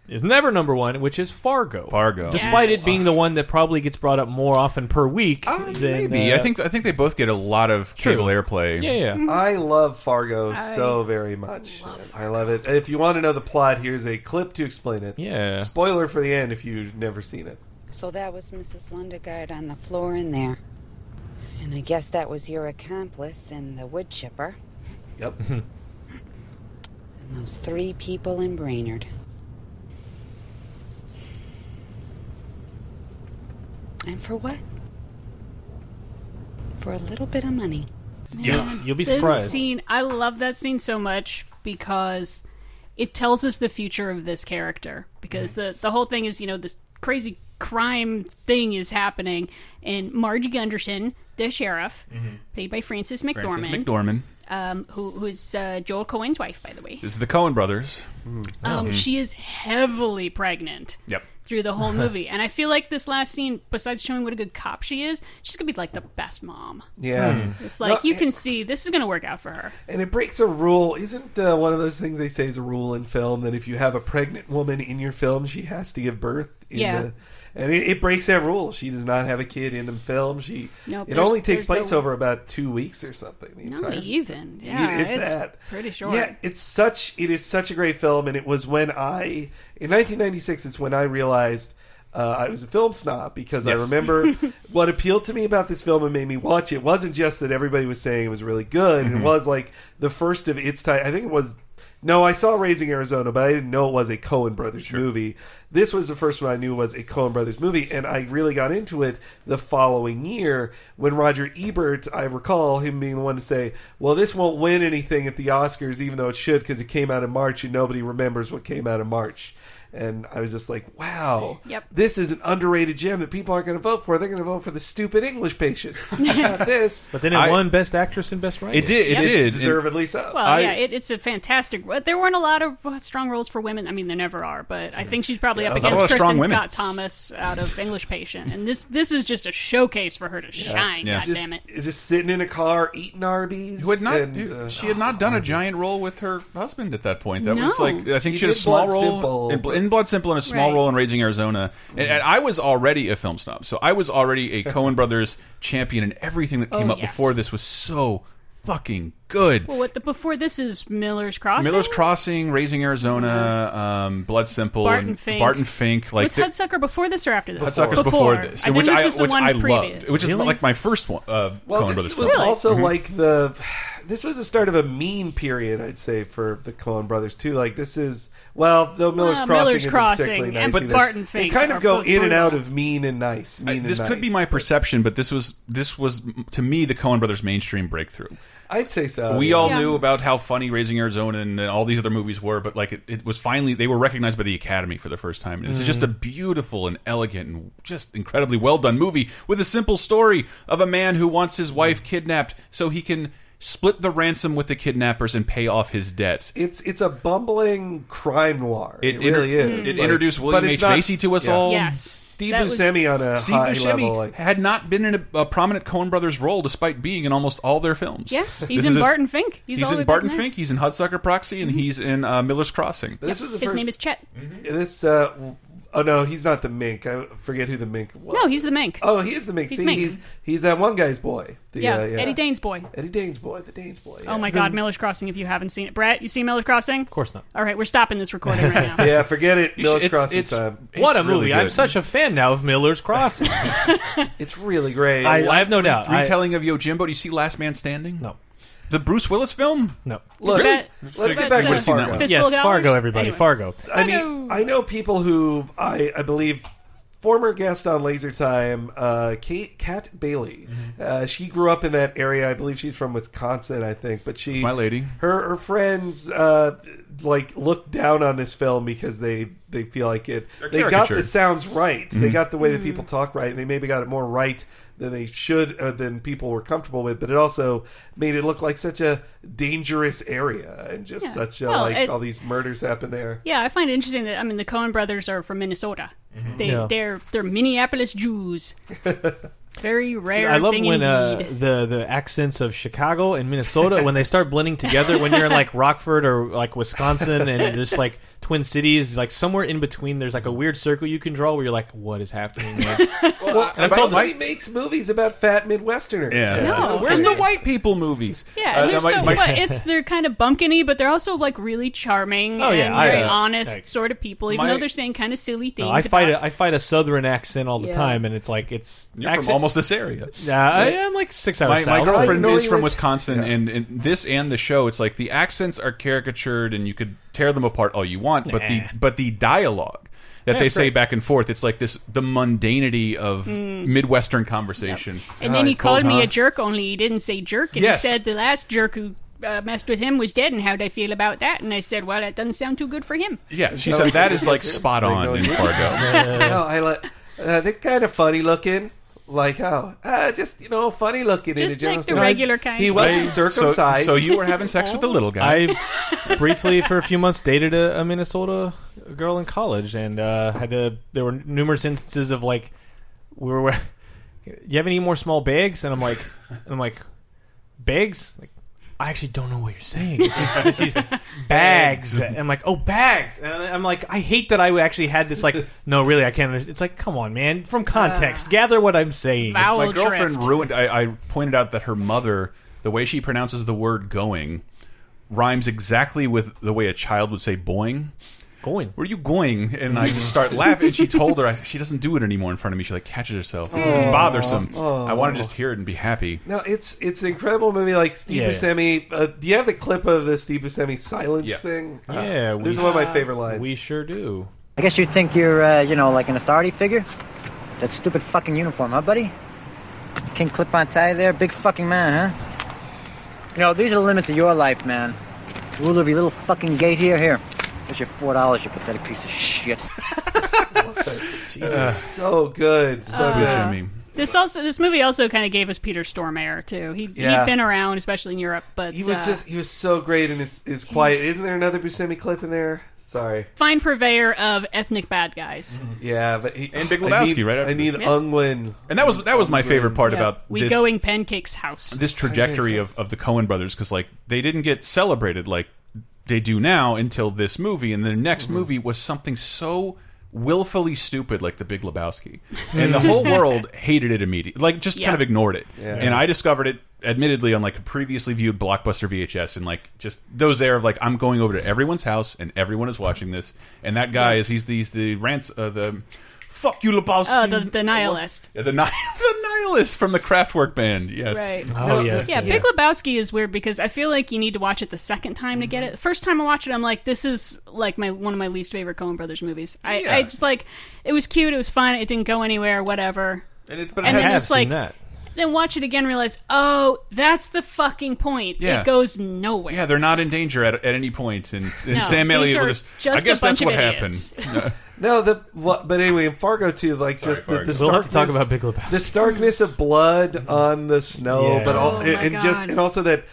is never number one, which is Fargo.
Fargo.
Despite
Yes.
it being the one that probably gets brought up more often per week than
Maybe.
uh,
I think Hmm. I think they both get a lot of cable airplay.
yeah, yeah.
I love Fargo so very much. I love it. If you want to know the plot, here's a clip to explain it.
Yeah.
Spoiler for the end if you've never seen it.
So that was Mrs. Lundegaard on the floor in there. And I guess that was your accomplice and the wood chipper
Yep.
and those three people in Brainerd. And for what? For a little bit of money.
You'll, you'll be
That
surprised.
Scene, I love that scene so much because it tells us the future of this character. Because
Mm-hmm.
the the whole thing is, you know, this crazy crime thing is happening, and Marge Gunderson, the sheriff,
Mm-hmm.
played by Frances
Francis
McDormand,
McDormand.
um, who who's uh, Joel Cohen's wife, by the way.
This is the Cohen brothers.
Um, she is heavily pregnant.
Yep.
Through the whole movie, and I feel like this last scene, besides showing what a good cop she is, she's gonna be like the best mom.
Hmm.
Yeah.
It's like
No,
eh,
you can see this is gonna work out for her.
And it breaks a rule. Isn't uh, one of those things they say is a rule in film that if you have a pregnant woman in your film, she has to give birth? In
Yeah.
The, and it, it breaks that rule. She does not have a kid in the film. She
Nope,
it
there's-
only takes
there's no-
place over about two weeks or something. the
Not
entire-
even.
Yeah,
Yeah,
if
it's
that.
pretty short.
Yeah, it's such it is such a great film, and it was when I in 1996. It's when I realized uh, I was a film snob because I remember what appealed to me about this film and made me watch it wasn't just that everybody was saying it was really good. It was like the first of its type. I think it was. No, I saw Raising Arizona, but I didn't know it was a Coen Brothers movie. This was the first one I knew was a Coen Brothers movie, and I really got into it the following year when Roger Ebert, I recall him being the one to say, "Well, this won't win anything at the Oscars, even though it should, because it came out in March and nobody remembers what came out in March." And I was just like, "Wow,
Yep.
this is an underrated gem that people aren't going to vote for. They're going to vote for the stupid English patient, not this."
but then it
I-
won Best Actress and Best Writer.
It did. It did. And-
deservedly so.
Well, yeah, it, it's a fantastic. But there weren't a lot of uh, strong roles for women. I mean, there never are. But I think she's probably up
there's not a
against
lot of strong
Kristen
women.
Scott Thomas out of English Patient, and this this is just a showcase for her to shine.
Yeah.
God
just,
Ah, damn it!
just sitting in a car eating Arby's.
who had not,
and,
who-
uh,
she had not done a giant role with her husband at that point. That was
No.
like I think
She
she, had a
did
small
Blood
role
Simple,
in, Bl-
but-
in Blood Simple and a small
Right.
role in Raising Arizona. And, and I was already a film snob, so I was already a Cohen Brothers champion, and everything that came
Oh,
up
yes.
before this was so fucking good.
Well, what the before this is Miller's Crossing.
Miller's Crossing, Raising Arizona, um, Blood Simple,
Barton
and
Fink.
Barton Fink. Like
was
the-
Hudsucker before this or after this?
Hudsuckers before, this,
I think
which
this
I
is the
which
one
I
previous.
loved, which is like my first one. Uh,
well,
Coen
this
Brothers
was
film.
also like the this was the start of a mean period, I'd say, for the Coen Brothers too. Like this is well, though Miller's
Well,
Crossing
Miller's
isn't
Crossing
particularly
and
nice either.
Barton
They
Fink
kind
are
of go
both
in and
brutal.
out of mean and nice. Mean and
this could be
nice.
my perception, but this was this was to me the Coen Brothers mainstream breakthrough.
I'd say so.
we
Oh, yeah.
all
Yeah.
knew about how funny Raising Arizona and all these other movies were, but like it, it was finally they were recognized by the Academy for the first time. And it's
Mhm.
just
Mm.
a beautiful and elegant and just incredibly well done movie with a simple story of a man who wants his wife kidnapped so he can split the ransom with the kidnappers and pay off his debts.
It's it's a bumbling crime noir. It,
It inter-
really is.
it
Like,
introduced William
but
H
it's not-
Macy to us
yeah.
all.
Steve Buscemi on a
Steve
high
Buscemi
level. Like,
had not been in a, a prominent Coen Brothers role despite being in almost all their films.
Yeah,
This
he's in
is his-
Barton Fink. He's,
He's,
all the way
in
back
Barton
there.
Fink. He's in Hudsucker Proxy,
Mm-hmm.
and he's in uh, Miller's Crossing.
this was the
His
first.
name is Chet.
This. Uh, oh no, he's not the mink. I forget who the mink was.
No, he's the Mink.
Oh, he is the mink.
He's
See,
Mink.
he's he's that one guy's boy. The,
yeah,
uh,
Eddie Dane's boy.
Eddie Dane's boy. The Dane's boy.
Oh my God, Miller's Crossing! If you haven't seen it, Brett, you seen Miller's Crossing? Of
course not.
All right, we're stopping this recording right now.
yeah, forget it.
You
Miller's
should- it's-
Crossing
it's-
uh,
time.
What a movie! I'm
good.
such a fan now of Miller's Crossing.
it's really great.
I, I have no doubt. I-
Retelling of Yojimbo. Do you see Last Man Standing?
No.
The Bruce Willis film?
No.
Look,
Really?
let's
I
get back
would've
to
seen that
Fargo.
one.
Yes, Fargo, everybody, Fargo.
I mean, I know people who I, I believe former guest on Laser Time, uh, Kate Kat Bailey.
Mm-hmm.
Uh, she grew up in that area. I believe she's from Wisconsin, I think. But she,
my lady.
her her friends uh, like look down on this film because they they feel like it.
They're
They got the
caricatured.
sounds right. They
Mhm.
got the way that
Mm.
people talk right. And they maybe got it more right than they should uh, than people were comfortable with. But it also made it look like such a dangerous area and just
Yeah.
such a,
Well,
like
it-
all these murders happen there.
Yeah, I find it interesting that I mean the Cohen brothers are from Minnesota. They
Yeah.
they're they're Minneapolis Jews. Very rare.
I love
thing
when uh,
indeed.
the the accents of Chicago and Minnesota when they start blending together. When you're in like Rockford or like Wisconsin and just like Twin Cities, like somewhere in between, there's like a weird circle you can draw where you're like, what is happening? There?
Well,
And I'm told
Mike makes movies about fat Midwesterners.
Yeah.
That's
No,
another
Where's
thing.
the white people movies?
Yeah,
Uh,
and they're
my-
so
my-
what, it's they're kind of bumpkiny, but they're also like really charming
Oh, yeah,
and
I,
very
uh,
honest
like-
sort of people, even
My-
though they're saying kind of silly things.
No, I fight
about-
a, I fight a Southern accent all the
Yeah.
time, and it's like it's
You're from almost this area.
Yeah, I, am like six
my,
hours.
my
south.
girlfriend is from Wisconsin, and, and this and the show, it's like the accents are caricatured, and you could tear them apart all you want, but the
Nah.
but the dialogue that
Yeah,
they
it's
say
great.
back and forth, it's like this the mundanity of
Mm.
midwestern conversation.
and then he called me a jerk, only he didn't say jerk, and
Yes.
he said the last jerk who uh, messed with him was dead, and how'd I feel about that? And I said, well, that doesn't sound too good for him.
Yeah, she said that is like spot on in Fargo.
no, Oh, I like uh, they're kind of funny looking. Like how? Uh, just you know, funny looking.
Just
in a
like the
general sense.
regular kind.
He wasn't
Yeah.
So-
circumcised.
so you were having sex
Oh.
with the little guy.
I briefly, for a few months, dated a, a Minnesota girl in college, and uh, had to. There were numerous instances of like, we were. You have any more small bags? And I'm like, and I'm like, bags. Like, I actually don't know what you're saying. She's, she's bags. And I'm like, oh, bags. And I'm like, I hate that I actually had this. Like, no, really, I can't. Understand. It's like, come on, man. From
Ah.
context, gather what I'm saying.
my girlfriend ruined. I, I pointed out that her mother, the way she pronounces the word "going," rhymes exactly with the way a child would say "boing."
Going.
Where are you going? And I just start laughing. And she told her I, she doesn't do it anymore in front of me. She like catches herself. This is
Aw.
bothersome. I
Aw.
want to just hear it and be happy.
No, it's it's an incredible movie. Like Steve
Yeah, yeah.
Buscemi. Uh, do you have the clip of the Steve Buscemi silence
Yeah.
thing? Uh,
Yeah, we-
this is one of my favorite lines.
We sure do.
I guess you think you're, uh, you know, like an authority figure? That stupid fucking uniform, huh, buddy? King clip on tie there, big fucking man, huh? You know, these are the limits of your life, man. Rule of your little fucking gate here, here. There's your four dollars, you pathetic piece of shit.
Jesus, so good, so
Uh,
good.
Buscemi. This also this movie also kind of gave us Peter Stormare too. He
Yeah.
he'd been around, especially in Europe, but
He was
uh,
just he was so great in his, his quiet. Isn't there another Buscemi clip in there? Sorry.
fine purveyor of ethnic bad guys.
Mm-hmm.
Yeah, but he,
and Big
I need-
Lebowski right after.
I need
Yeah.
Unglin.
And that was that was my favorite part
Yeah.
about
we
this
going Pancake's house.
this trajectory of, of the Cohen brothers because like they didn't get celebrated like they do now until this movie, and their next movie was something so willfully stupid like The Big Lebowski, and the whole world hated it immediately, like just kind
Yeah.
of ignored it.
Yeah.
And I discovered it, admittedly, on like a previously viewed blockbuster VHS, and like just those there of like I'm going over to everyone's house and everyone is watching this, and that guy is he's these the rants uh, the Fuck you, Lebowski.
Oh, the, the nihilist.
Yeah, the, ni- the nihilist from the Kraftwerk band. Yes.
Right.
No, the-
Yeah, Big Lebowski is weird because I feel like you need to watch it the second time to get
Mm-hmm.
it. The first time I watch it, I'm like, this is like my one of my least favorite Coen Brothers movies. I,
Yeah.
I just like it was cute, it was fun, it didn't go anywhere, whatever.
And it,
and then just like then watch it again, realize oh, that's the fucking point.
Yeah.
It goes nowhere.
Yeah, they're not in danger at, at any point, and, and
No,
Sam
these
Elliott
are
will just.
just
I guess
a bunch
that's what
of idiots.
happened.
No, the what, but anyway, in Fargo too, like just the, the
Fargo. We'll have to talk
starkness-
about Big Lebowski.
The starkness of blood on the snow,
Yeah.
but all,
Oh,
and,
my
and just
God.
and also that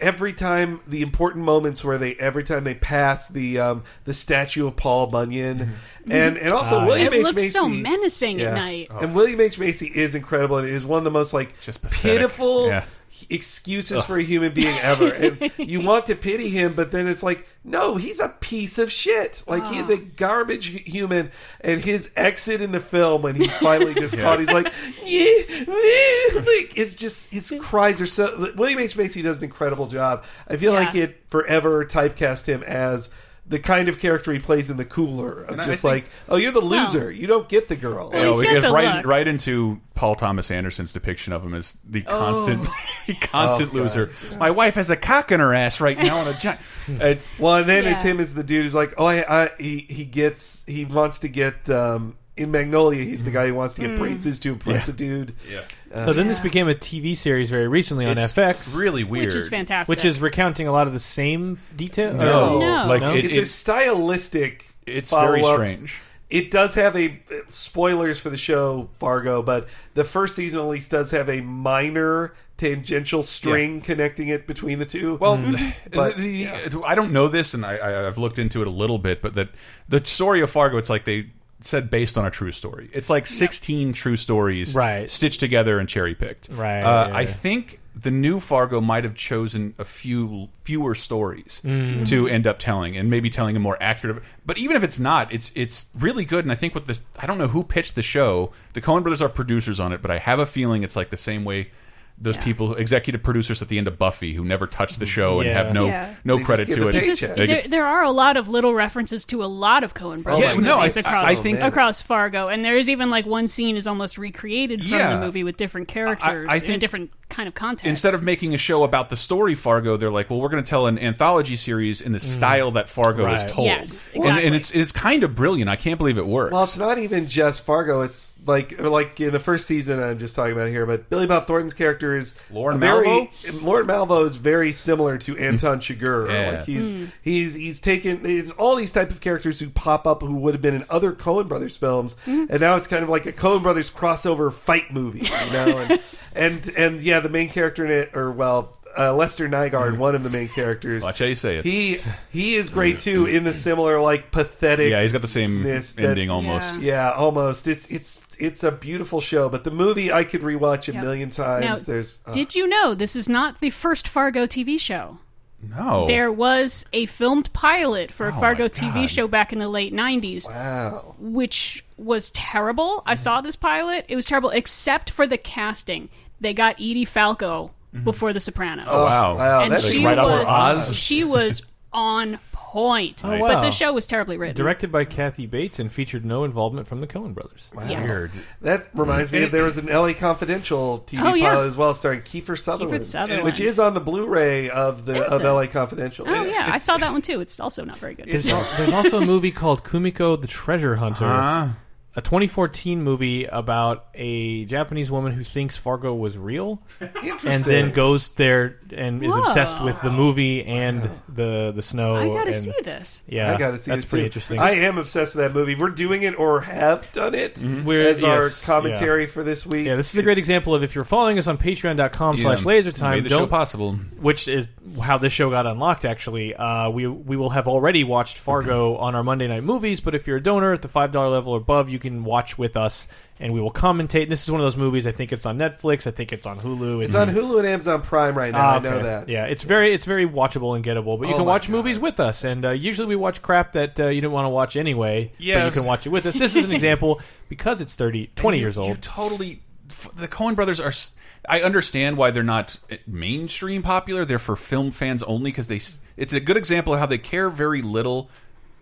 every time the important moments where they every time they pass the um, the statue of Paul Bunyan,
Mm-hmm.
and and also
Ah,
William
it
H
looks
Macy
so menacing
Yeah.
at night.
And William H Macy is incredible, and it is one of the most like pitiful
Yeah.
excuses
Ugh.
for a human being ever. And you want to pity him, but then it's like, no, he's a piece of shit. Like he's
Ah.
a garbage hu- human. And his exit in the film when he's finally just
Yeah.
caught, he's like, yeah, yeah," like it's just his cries are so. William H Macy does an incredible job. I feel
Yeah.
like it forever typecast him as. The kind of character he plays in the cooler of
And I
just
think-
like, oh, you're the loser. you don't get the girl.
You know, it goes Oh, right, right into Paul Thomas Anderson's depiction of him as the
Oh.
constant, the constant
Oh, God.
loser. My wife has a cock in her ass right now, and a giant.
Hmm.
It's,
well, and then it's
Yeah.
him as the dude who's like, oh, I, I, he he gets he wants to get um, in Magnolia. He's the guy who wants to get
Mm.
braces to impress
Yeah.
a dude.
Yeah.
so then this became a TV series very recently on
It's
FX.
really Which is weird. fantastic.
Which is recounting a lot of the same detail.
No. No. Like, it-
it's a
it-
stylistic.
It's
follow-up.
very strange.
It does have a spoilers for the show Fargo, but the first season at least does have a minor tangential string connecting it between the two.
Well,
Mm-hmm.
but
the- the- I don't know this, and I- I, I've looked into it a little bit, but that the story of Fargo, it's like they said based on a true story. It's like sixteen true stories, right. stitched together and cherry picked.
Right,
Uh,
yeah,
I
yeah.
think the new Fargo might have chosen a few fewer stories
Mm.
to end up telling, and maybe telling a more accurate. But even if it's not, it's it's really good. And I think what the I don't know who pitched the show. The Coen Brothers are producers on it, but I have a feeling it's like the same way. Those people, executive producers at the end of Buffy, who never touched the show and
Yeah.
have no
Yeah.
no
They just
credit
get
to
the
it.
It's just-
They
there,
get-
there are a lot of little references to a lot of Cohen Brothers
Yeah, no, I-
movies
I-
across,
I think-
across Fargo, and there is even like one scene is almost recreated from
Yeah.
the movie with different characters
I
in a
think-
different kind of context.
Instead of making a show about the story Fargo, they're like, well, we're going to tell an anthology series in the
Mm.
style that Fargo is
Right.
told.
Yes,
And- and,
exactly.
it's it's kind of brilliant. I can't believe it worked.
Well, it's not even just Fargo. It's like or like in the first season I'm just talking about here, but Billy Bob Thornton's character is
Lorne
a very,
Malvo? Mm.
Lorne Malvo is very similar to Anton Chigurh.
Yeah.
Like he's
Mm.
he's he's taken it's all these type of characters who pop up who would have been in other Coen Brothers films, and now it's kind of like a Coen Brothers crossover fight movie, you know. and, and and yeah, the main character in it, or well, uh, Lester Nygaard, one of the main characters.
Hmm. Watch how you say it.
He he is great too in the similar like pathetic.
yeah, he's got the same
This- that-
ending almost.
Yeah, almost. It's it's it's a beautiful show, but the movie I could rewatch a
Yep.
million
now,
times. There's uh,
did you know this is not the first Fargo TV show?
No.
There was a filmed pilot for a
Oh,
Fargo
my
TV
God.
show back in the late 90s.
Wow.
Which was terrible. I saw this pilot. It was terrible, except for the casting. They got Edie Falco before The Sopranos.
Mm-hmm. Oh, wow. Wow,
And
that's
she
right out of
was,
Oz.
She was on point.
Oh,
But
wow.
the show was terribly written.
Directed by Kathy Bates and featured no involvement from the Coen Brothers.
Yeah.
Weird. That
Mm-hmm.
reminds me of there was an LA Confidential TV
Oh, yeah.
pilot as well, starring Kiefer Sutherland,
Sutherland.
which is on the Blu-ray of the
Is
of
it?
LA Confidential.
Oh, yeah. I saw that one too. It's also not very good.
There's, al- there's also a movie called Kumiko the Treasure Hunter,
Huh?
a 2014 movie about a Japanese woman who thinks Fargo was real, and then
Interesting.
goes there and is
Whoa.
obsessed with the movie and the the snow.
I gotta
and-
see this.
Yeah,
I got to see
that's
this
pretty
too.
interesting.
I am obsessed with that movie. We're doing it or have done it
Mm-hmm. We're-
as our
yes,
commentary
yeah.
for this week.
Yeah, this is a great example of if you're following us on patreon.com
Yeah.
slash lasertime,
Made the
don't,
show possible.
Which is how this show got unlocked, actually. Uh, we we will have already watched Fargo on our Monday night movies, but if you're a donor at the $5 level or above, you can watch with us, and we will commentate. This is one of those movies, I think it's on Netflix, I think it's on Hulu.
It's on Hulu and Amazon Prime right now.
Mm-hmm. Ah,
I know
okay.
that.
Yeah, it's very it's very watchable and gettable. But you
Oh
can
my
watch movies with us, and uh, usually we watch crap that uh, you didn't want to watch anyway. but you
Yes.
can watch it with us. This is an example because it's 30, 20
And you-
years old.
You totally. f- The Coen Brothers are. s- I understand why they're not eh, mainstream popular. They're for film fans only because eh, they. s- It's a good example of how they care very little.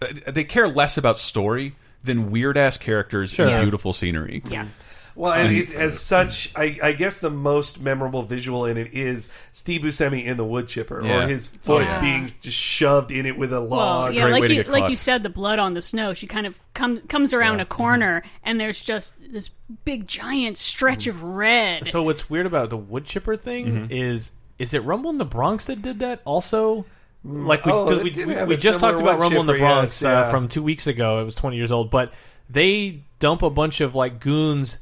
uh, They care less about story than weird ass characters
Sure.
and
Yeah.
beautiful scenery.
Yeah. Well, and it, as such, I, I guess the most memorable visual in it is Steve Buscemi in the wood chipper,
Yeah.
or his
Oh,
foot
yeah.
being just shoved in it with a log.
Oh, yeah, like you like you said, the blood on the snow. She kind of come, comes around a corner, and there's just this big giant
Mm-hmm.
stretch of red.
So what's weird about the wood chipper thing is is it Rumble in the Bronx that did that also? Like we,
Oh,
'cause
it
we,
did
we-
have
we
a
just
similar
talked about
wood
Rumble in the
chipper, yes,
Bronx uh,
yeah.
from two weeks ago. It was twenty years old, but they dump a bunch of like goons.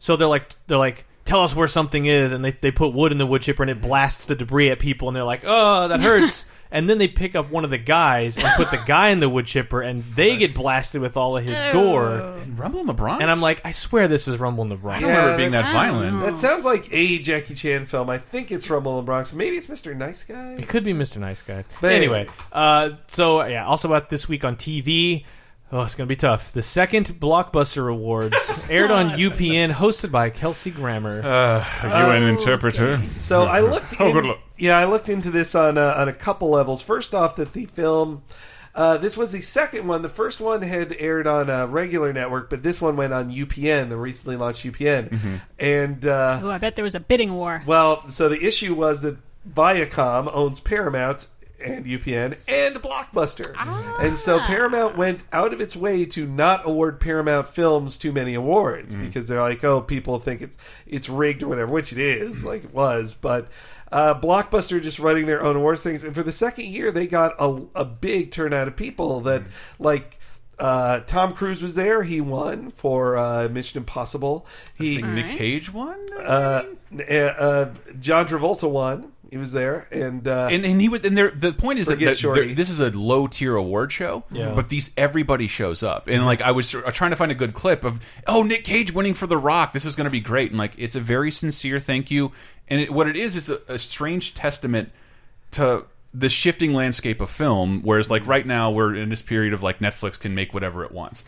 So they're like they're like tell us where something is, and they they put wood in the wood chipper and it blasts the debris at people, and they're like oh that hurts. And then they pick up one of the guys and put the guy in the wood chipper, and they get blasted with all of his gore.
Rumble in the Bronx,
and I'm like, I swear this is Rumble in the Bronx.
That sounds like a Jackie Chan film. I think it's Rumble in the Bronx. Maybe it's Mr. Nice Guy.
It could be Mr. Nice Guy.
But
anyway,
anyway.
uh, so yeah, also about this week on TV. Oh, it's going to be tough. The second Blockbuster Awards aired on UPN, hosted by Kelsey Grammer.
Uh,
are
Oh.
you an
interpreter?
So I looked. In, Yeah, I looked into this on uh, on a couple levels. First off, that the film. Uh, this was the second one. The first one had aired on a regular network, but this one went on UPN, the recently launched UPN. And uh,
Oh, I bet there was a bidding war.
well, so the issue was that Viacom owns Paramount and UPN and Blockbuster. And so Paramount went out of its way to not award Paramount films too many awards because they're like, oh, people think it's it's rigged or whatever, which it is, like it was, but uh, Blockbuster just running their own awards things, and for the second year they got a, a big turnout of people that like uh, Tom Cruise was there. He won for uh, Mission Impossible. He
think Nick Alright. Cage won.
Uh, uh, uh, John Travolta won. He was there, and uh,
and and he would and there the point is that,
Forget
that
Shorty.
there- this is a low tier award show
Yeah.
but these everybody shows up and like I was tr- trying to find a good clip of oh Nick Cage winning for The Rock this is going to be great and like it's a very sincere thank you and it, what it is is a, a strange testament to the shifting landscape of film whereas like right now we're in this period of like Netflix can make whatever it wants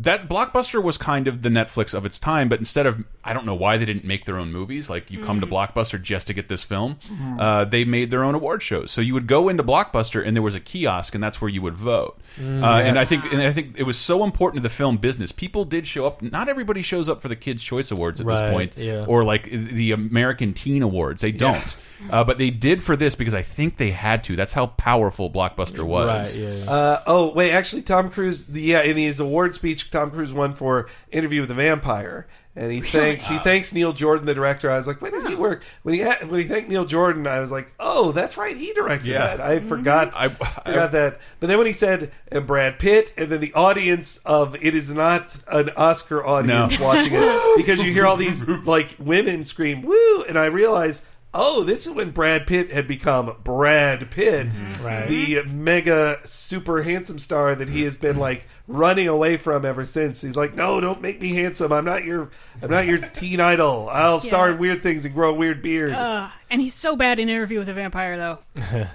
that blockbuster was kind of the netflix of its time but instead of i don't know why they didn't make their own movies like you come to
Mhm.
blockbuster just to get this film
Mhm.
uh, they made their own award shows so you would go into blockbuster and there was a kiosk and that's where you would vote
Mm.
uh, and i
Yes.
think and i think it was so important to the film business people did show up not everybody shows up for the kids choice awards at
Right,
this point
yeah.
or like the american teen awards they don't uh, but they did for this because i think they had to that's how powerful blockbuster was
Uh, oh wait, actually, Tom Cruise. The, yeah, in his award speech, Tom Cruise won for Interview with the Vampire, and he thanks he thanks Neil Jordan, the director. I was like, when did he work? When he had, when he thanked Neil Jordan, I was like, oh, that's right, he directed
Yeah. Mm-hmm.
that. I forgot
I-
forgot that. But then when he said and Brad Pitt, and then the audience of it is not an Oscar audience
No.
watching it because you hear all these like women scream woo, and I realize. Oh, this is when Brad Pitt had become Brad Pitt,
Right.
the the mega super handsome star that he has been like running away from ever since. He's like, "No, don't make me handsome. I'm not your I'm not your teen idol. I'll star in weird things and grow a weird beard."
Ugh. and he's so bad in Interview with a Vampire, though.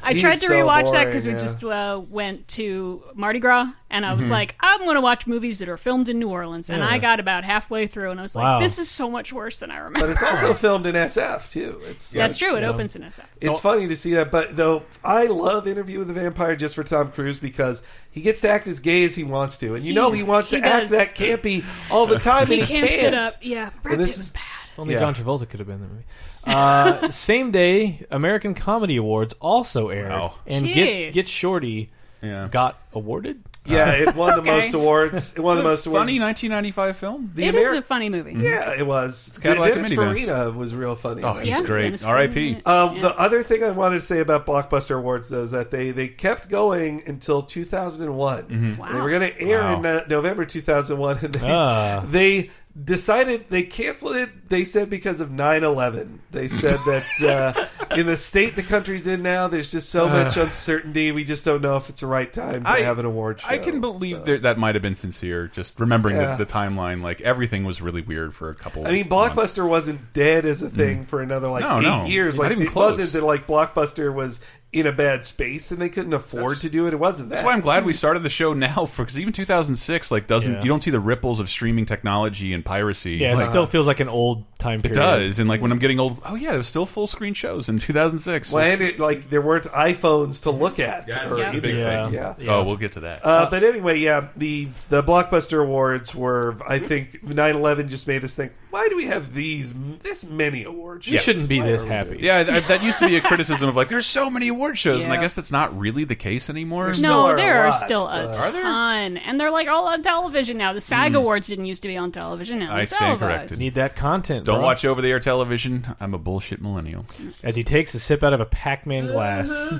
I
He's
tried to
so
rewatch that
boring,
because we
yeah. Mm-hmm.
just uh, went to Mardi Gras, and I was
Mhm.
like, I'm going to watch movies that are filmed in New Orleans. And
Yeah.
I got about halfway through, and I was
Wow.
like, this is so much worse than I remember.
but it's also filmed in SF too. It's
That's
like,
true. It
you know,
opens in SF.
It's funny to see that, but though I love Interview with the Vampire just for Tom Cruise because he gets to act as gay as he wants to, and you know he wants
he
to act
does.
that campy all the time,
he
and he
camps
can't.
it up. Yeah,
And
Brad Pitt
this
was
is
bad.
Only
Yeah.
John Travolta could have been in the movie. Uh, same day, American Comedy Awards also aired, and
Jeez.
get get shorty got awarded.
Yeah, it won the Okay. most awards. It won the most awards.
funny 1995 film
The
It is
Ameri-
a funny movie.
Yeah, it was.
It's kinda like a
Dennis
minivan.
Farina was real funny.
Oh, he's Yeah, great. Dennis R.I.P.. Farina,
Um, The other thing I wanted to say about Blockbuster Awards though, is that they they kept going until 2001.
Mm-hmm.
They were going to air in uh, November 2001, and they,
Uh.
Ah.
they decided they canceled it. They said because of 9/11. They said that uh, in the state the country's in now, there's just so much
Ugh.
uncertainty. We just don't know if it's the right time to have an award show.
Uh. I can believe there, that might have been sincere. Just remembering
Yeah.
the, the timeline, like everything was really weird for a couple.
I mean,
months.
Blockbuster wasn't dead as a thing for another like
Mm. No,
eight
no.
years.
Not
Like
even
it
close.
wasn't that like Blockbuster was in a bad space and they couldn't afford to do it. It wasn't that.
That's why I'm glad we started the show now, because even 2006, like, doesn't
Yeah.
you don't see the ripples of streaming technology and piracy.
Yeah, it
Like,
still feels like an old time
It
period.
does, and like when I'm getting old, oh yeah, there was still full screen shows in 2006.
Well, and it, like there weren't iPhones to look at.
That's
or
the
anything.
big thing.
Yeah.
Oh, we'll get to that.
Uh, but anyway, yeah, the the blockbuster awards were. I think 9/11 just made us think. Why do we have these this many awards?
Yeah. Yeah, I, I, that used to be a criticism of like, there's so many award shows, and I
Yeah.
guess that's not really the case anymore.
no, there are still a
Are there? Hmm.
ton, and they're like all on television now. The SAG Awards didn't used to be on television. Now
I
they're
stand
televised.
corrected.
Need that content.
Don't
bro.
watch over the air television. I'm a bullshit millennial.
As he takes a sip out of a
Uh-huh.
Pac-Man glass.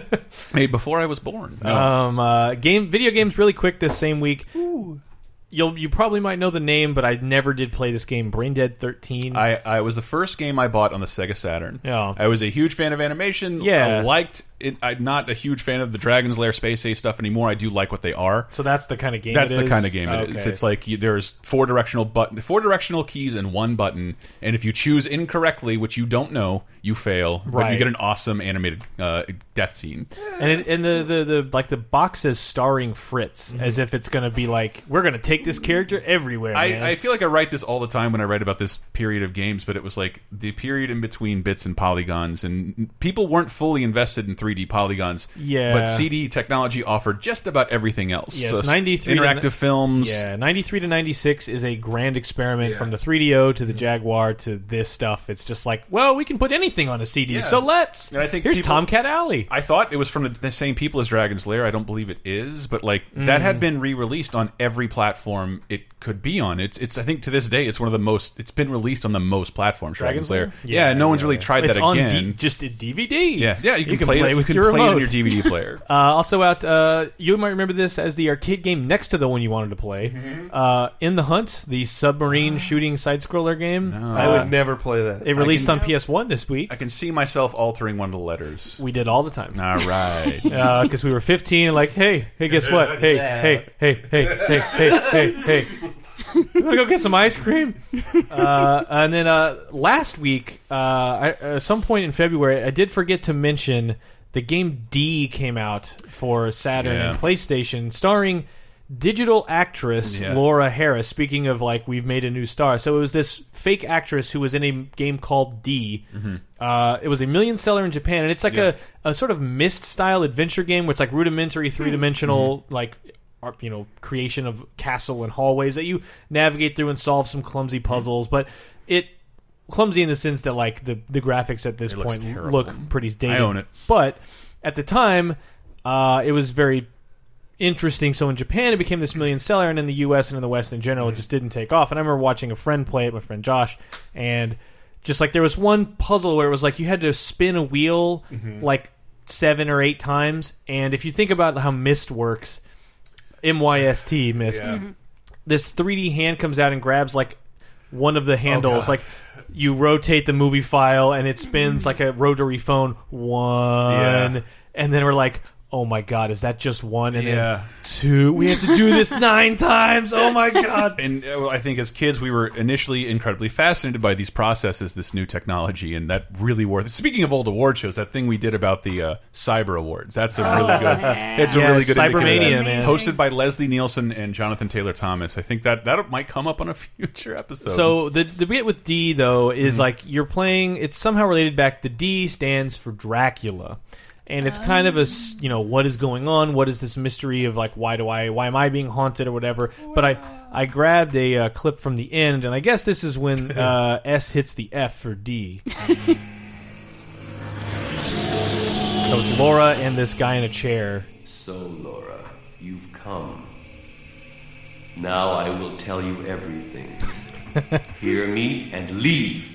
Made before I was born. No.
Um, uh, game video games really quick this same week. You'll you probably might know the name, but I never did play this game. Brain Dead Thirteen.
I, I was the first game I bought on the Sega Saturn.
Yeah.
I was a huge fan of animation.
Yeah.
I liked it. I'm not a huge fan of the Dragon's Lair Space Ace stuff anymore. I do like what they are.
so that's the kind of game.
That's
it
the
is?
kind of game it is.
Okay.
It's like you, there's four directional button, four directional keys, and one button. And if you choose incorrectly, which you don't know, you fail. But
Right.
you get an awesome animated uh, death scene.
and it, and the, the the like the box says starring Fritz
Mm-hmm.
as if it's gonna be like we're gonna take this character everywhere. man.
I, I feel like I write this all the time when I write about this period of games, but it was like the period in between bits and polygons, and people weren't fully invested in 3D polygons.
Yeah.
But CD technology offered just about everything else.
Yes,
So s-
93 to-
interactive films.
Yeah, 93 to 96 is a grand experiment from the 3DO to the
Mm-hmm.
Jaguar to this stuff. It's just like, well, we can put anything on a CD.
Yeah.
So let's.
And I think
Here's
people-
Tomcat Alley.
I thought it was from the, the same people as Dragon's Lair. I don't believe it is, but like
Mm.
that had been re-released on every platform it could be on. It's it's I think to this day it's one of the most it's been released on the most platforms. Dragon's, Lair. Yeah, no one's really tried
it's
that
on
again.
D- just a DVD.
Yeah, yeah, you can play it- you can play it on your DVD player.
uh, also out, uh, you might remember this as the arcade game next to the one you wanted to play,
Mm-hmm.
uh, In the Hunt, the submarine shooting side scroller game.
I would never play that.
Uh, It released
I
on PS1 this week.
I can see myself altering one of the letters.
We did all the time.
All right.
because uh, we were 15 and like, hey, hey, guess what? Hey, hey, hey, hey, hey, hey, hey, hey. You want to go get some ice cream? Uh, and then uh, last week, uh, I, at some point in February, I did forget to mention the game D came out for Saturn and
Yeah.
PlayStation, starring digital actress
Yeah.
Laura Harris. Speaking of like, we've made a new star. So it was this fake actress who was in a game called D.
Mhm.
Uh, it was a million seller in Japan, and it's like a, a sort of mist style adventure game where it's like rudimentary three dimensional
Mm-hmm.
like ar- you know creation of castle and hallways that you navigate through and solve some clumsy
Mm-hmm.
puzzles, but it clumsy in the sense that like the the graphics at this
It looks
point
terrible.
look pretty dated.
I own it.
But at the time, uh, it was very interesting. So in Japan, it became this million seller, and in the U.S. and in the West in general, it just didn't take off. And I remember watching a friend play it, my friend Josh, and just like there was one puzzle where it was like you had to spin a wheel
Mm-hmm.
Mhm.
like seven or eight times, and if you think about how Mist works, M Y S T Mist,
Yeah. Mhm.
this 3D hand comes out and grabs like one of the handles,
Oh, God.
like. You rotate the movie file and it spins like a rotary phone. One,
Yeah.
and then we're like, "Oh my god, is that just one?" And
Yeah.
then two. We have to do this nine times. Oh my god!
And uh, well, I think as kids, we were initially incredibly fascinated by these processes, this new technology, and that really worth. Speaking of old award shows, that thing we did about the uh, Cyber Awards, that's a really
Oh,
good.
man.
It's a
Yes,
really good indicator.
Cybermania, man.
Hosted by Leslie Nielsen and Jonathan Taylor Thomas. I think that that might come up on a future episode.
So the the bit with D though is like you're playing. It's somehow related back. The D stands for Dracula, and it's kind of a s- you know what is going on. What is this mystery of like why do I why am I being haunted or whatever? But I I grabbed a uh, clip from the end, and I guess this is when uh, S hits the F for D. so it's Laura and this guy in a chair.
So, Laura, you've come. Now I will tell you everything. Hear me and leave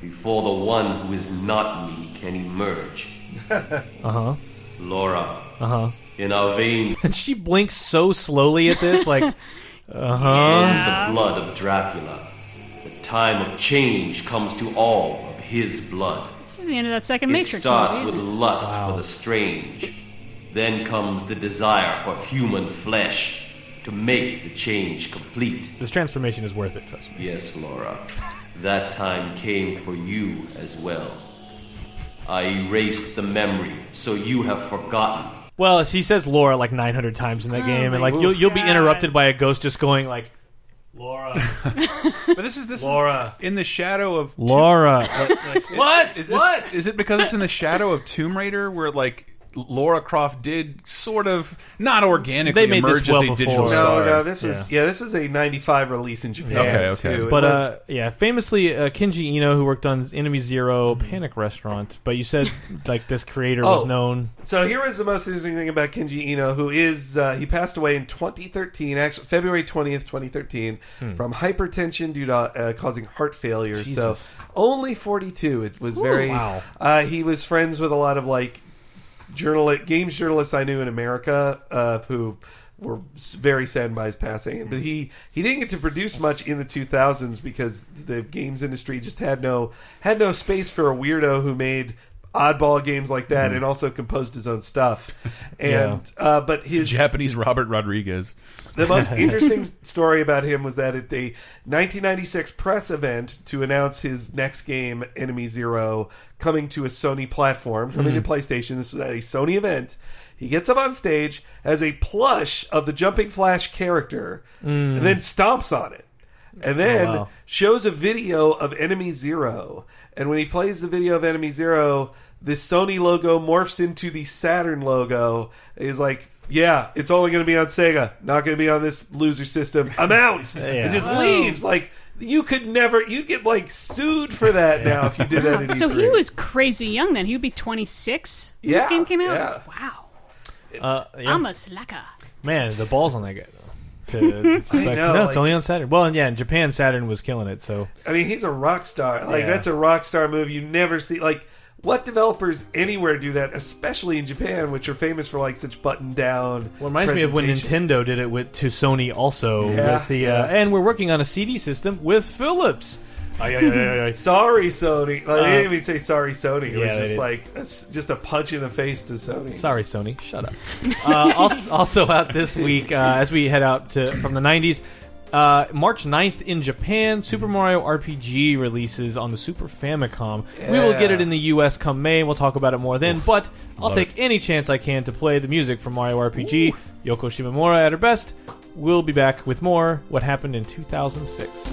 before the one who is not me can emerge.
Uh huh.
Laura,
Uh huh.
in our veins
And she blinks so slowly at this, like, uh
flows
huh.
the blood of Dracula. The time of change comes to all of his blood.
This is the end of that second
It
Matrix
starts
movie.
with lust for the strange. Then comes the desire for human flesh to make the change complete.
This transformation is worth it, trust me.
Yes, Laura. That time came for you as well. I erased the memory, so you have forgotten.
Well, she says Laura like 900 times in that game, and like you'll you'll be interrupted by a ghost just going like Laura.
but this is this Laura in the shadow of
Laura.
what? Is This, is it because it's in the shadow of Tomb Raider, where like Laura Croft did sort of not organically
They made this
emerge
well
as a digital
before.
star?
No, no, this was yeah, this was a '95 release in Japan.
Okay, okay.
too. It
But
was-
uh, yeah, famously uh, Kenji Ino, who worked on Enemy 0 Panic Restaurant, but you said like this creator was
Oh.
known.
So here is the most interesting thing about Kenji Ino, who is uh, he passed away in 2013, actually February 20th, 2013,
Hmm.
from hypertension due to uh, causing heart failure.
Jesus.
So only 42. It was
Ooh,
very.
wow.
Uh, he was friends with a lot of like journalist games journalists I knew in America uh, who were s- very saddened by his passing. But he he didn't get to produce much in the 2000s because the games industry just had no had no space for a weirdo who made oddball games like that
Mhm.
and also composed his own stuff.
Yeah.
And uh, but his
Japanese Robert Rodriguez.
the most interesting story about him was that at the 1996 press event to announce his next game, Enemy Zero, coming to a Sony platform, coming to
Mhm.
PlayStation. This was at a Sony event. He gets up on stage as a plush of the Jumping Flash character,
Mm.
and then stomps on it. And then
Oh, wow.
shows a video of Enemy Zero. And when he plays the video of Enemy Zero, this Sony logo morphs into the Saturn logo. He's like, yeah, it's only going to be on Sega, not going to be on this loser system. I'm out.
Yeah.
And just
Wow.
leaves. Like, you could never, you'd get like sued for that now if you did that. at
So
E3.
he was crazy young then. He would be 26 when
Yeah,
this game came out?
yeah.
Wow.
Uh, yeah.
I'm a slacker.
Man, the balls on that guy. though, To, to expect-
know,
no,
like-
it's only on Saturn. Well, and yeah, in Japan, Saturn was killing it. So
I mean, he's a rock star. Like
Yeah.
that's a rock star move you never see. Like what developers anywhere do that, especially in Japan, which are famous for like such button down. Well,
reminds me of when Nintendo did it with to Sony also
Yeah,
with the
yeah.
uh, and we're working on a CD system with Philips. Ay, ay, ay, ay, ay.
Sorry, Sony. Like,
Uh,
they didn't even say sorry, Sony. It
yeah,
was
they
just
did.
like that's just a punch in the face to Sony.
Sorry, Sony. Shut up. uh, also, also out this week uh, as we head out to from the 90s. Uh, March 9th in Japan, Super Mario RPG releases on the Super Famicom. We will get
Yeah.
it in the US come May, and we'll talk about it more then. But I'll
love
take any chance I can to play the music from Mario RPG. Yoko Shimomura at her best. We'll be back with more What Happened in 2006.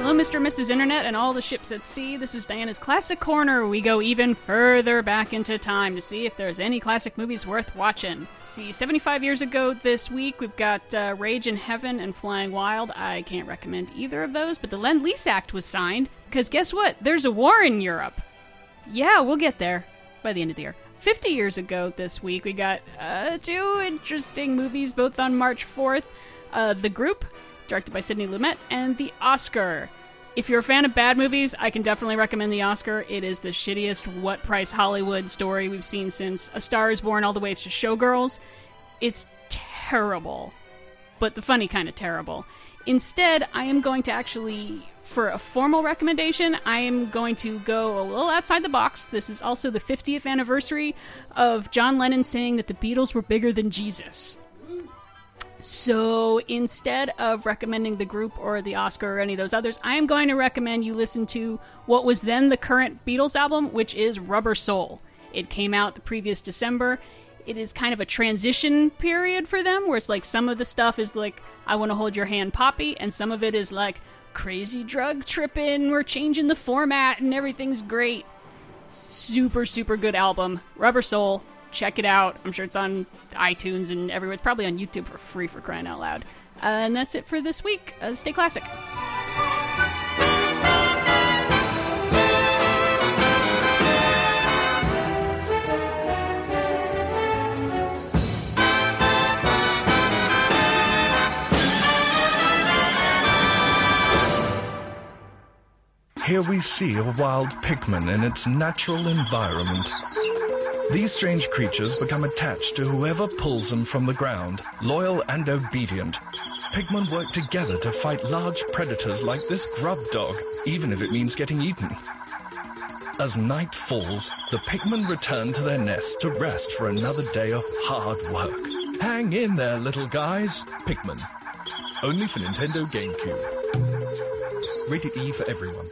Hello, Mr. and Mrs. Internet and all the ships at sea. This is Diana's Classic Corner. We go even further back into time to see if there's any classic movies worth watching. See, 75 years ago this week, we've got uh, Rage in Heaven and Flying Wild. I can't recommend either of those, but the Lend Lease Act was signed because guess what? There's a war in Europe. Yeah, we'll get there by the end of the year. 50 years ago this week, we got uh, two interesting movies, both on March 4th uh, The Group, directed by Sidney Lumet, and The Oscar. If you're a fan of bad movies, I can definitely recommend The Oscar. It is the shittiest what price Hollywood story we've seen since A Star is Born all the way to Showgirls. It's terrible, but the funny kind of terrible. Instead, I am going to actually, for a formal recommendation, I am going to go a little outside the box. This is also the 50th anniversary of John Lennon saying that the Beatles were bigger than Jesus. So instead of recommending the group or the Oscar or any of those others, I am going to recommend you listen to what was then the current Beatles album, which is Rubber Soul. It came out the previous December. It is kind of a transition period for them where it's like some of the stuff is like, I want to hold your hand, Poppy, and some of it is like, crazy drug tripping, we're changing the format and everything's great super super good album rubber soul check it out i'm sure it's on itunes and everywhere it's probably on youtube for free for crying out loud uh, and that's it for this week uh, stay classic
Here we see a wild Pikmin in its natural environment. These strange creatures become attached to whoever pulls them from the ground, loyal and obedient. Pikmin work together to fight large predators like this grub dog, even if it means getting eaten. As night falls, the Pikmin return to their nest to rest for another day of hard work. Hang in there, little guys. Pikmin. Only for Nintendo GameCube. Rated E for everyone.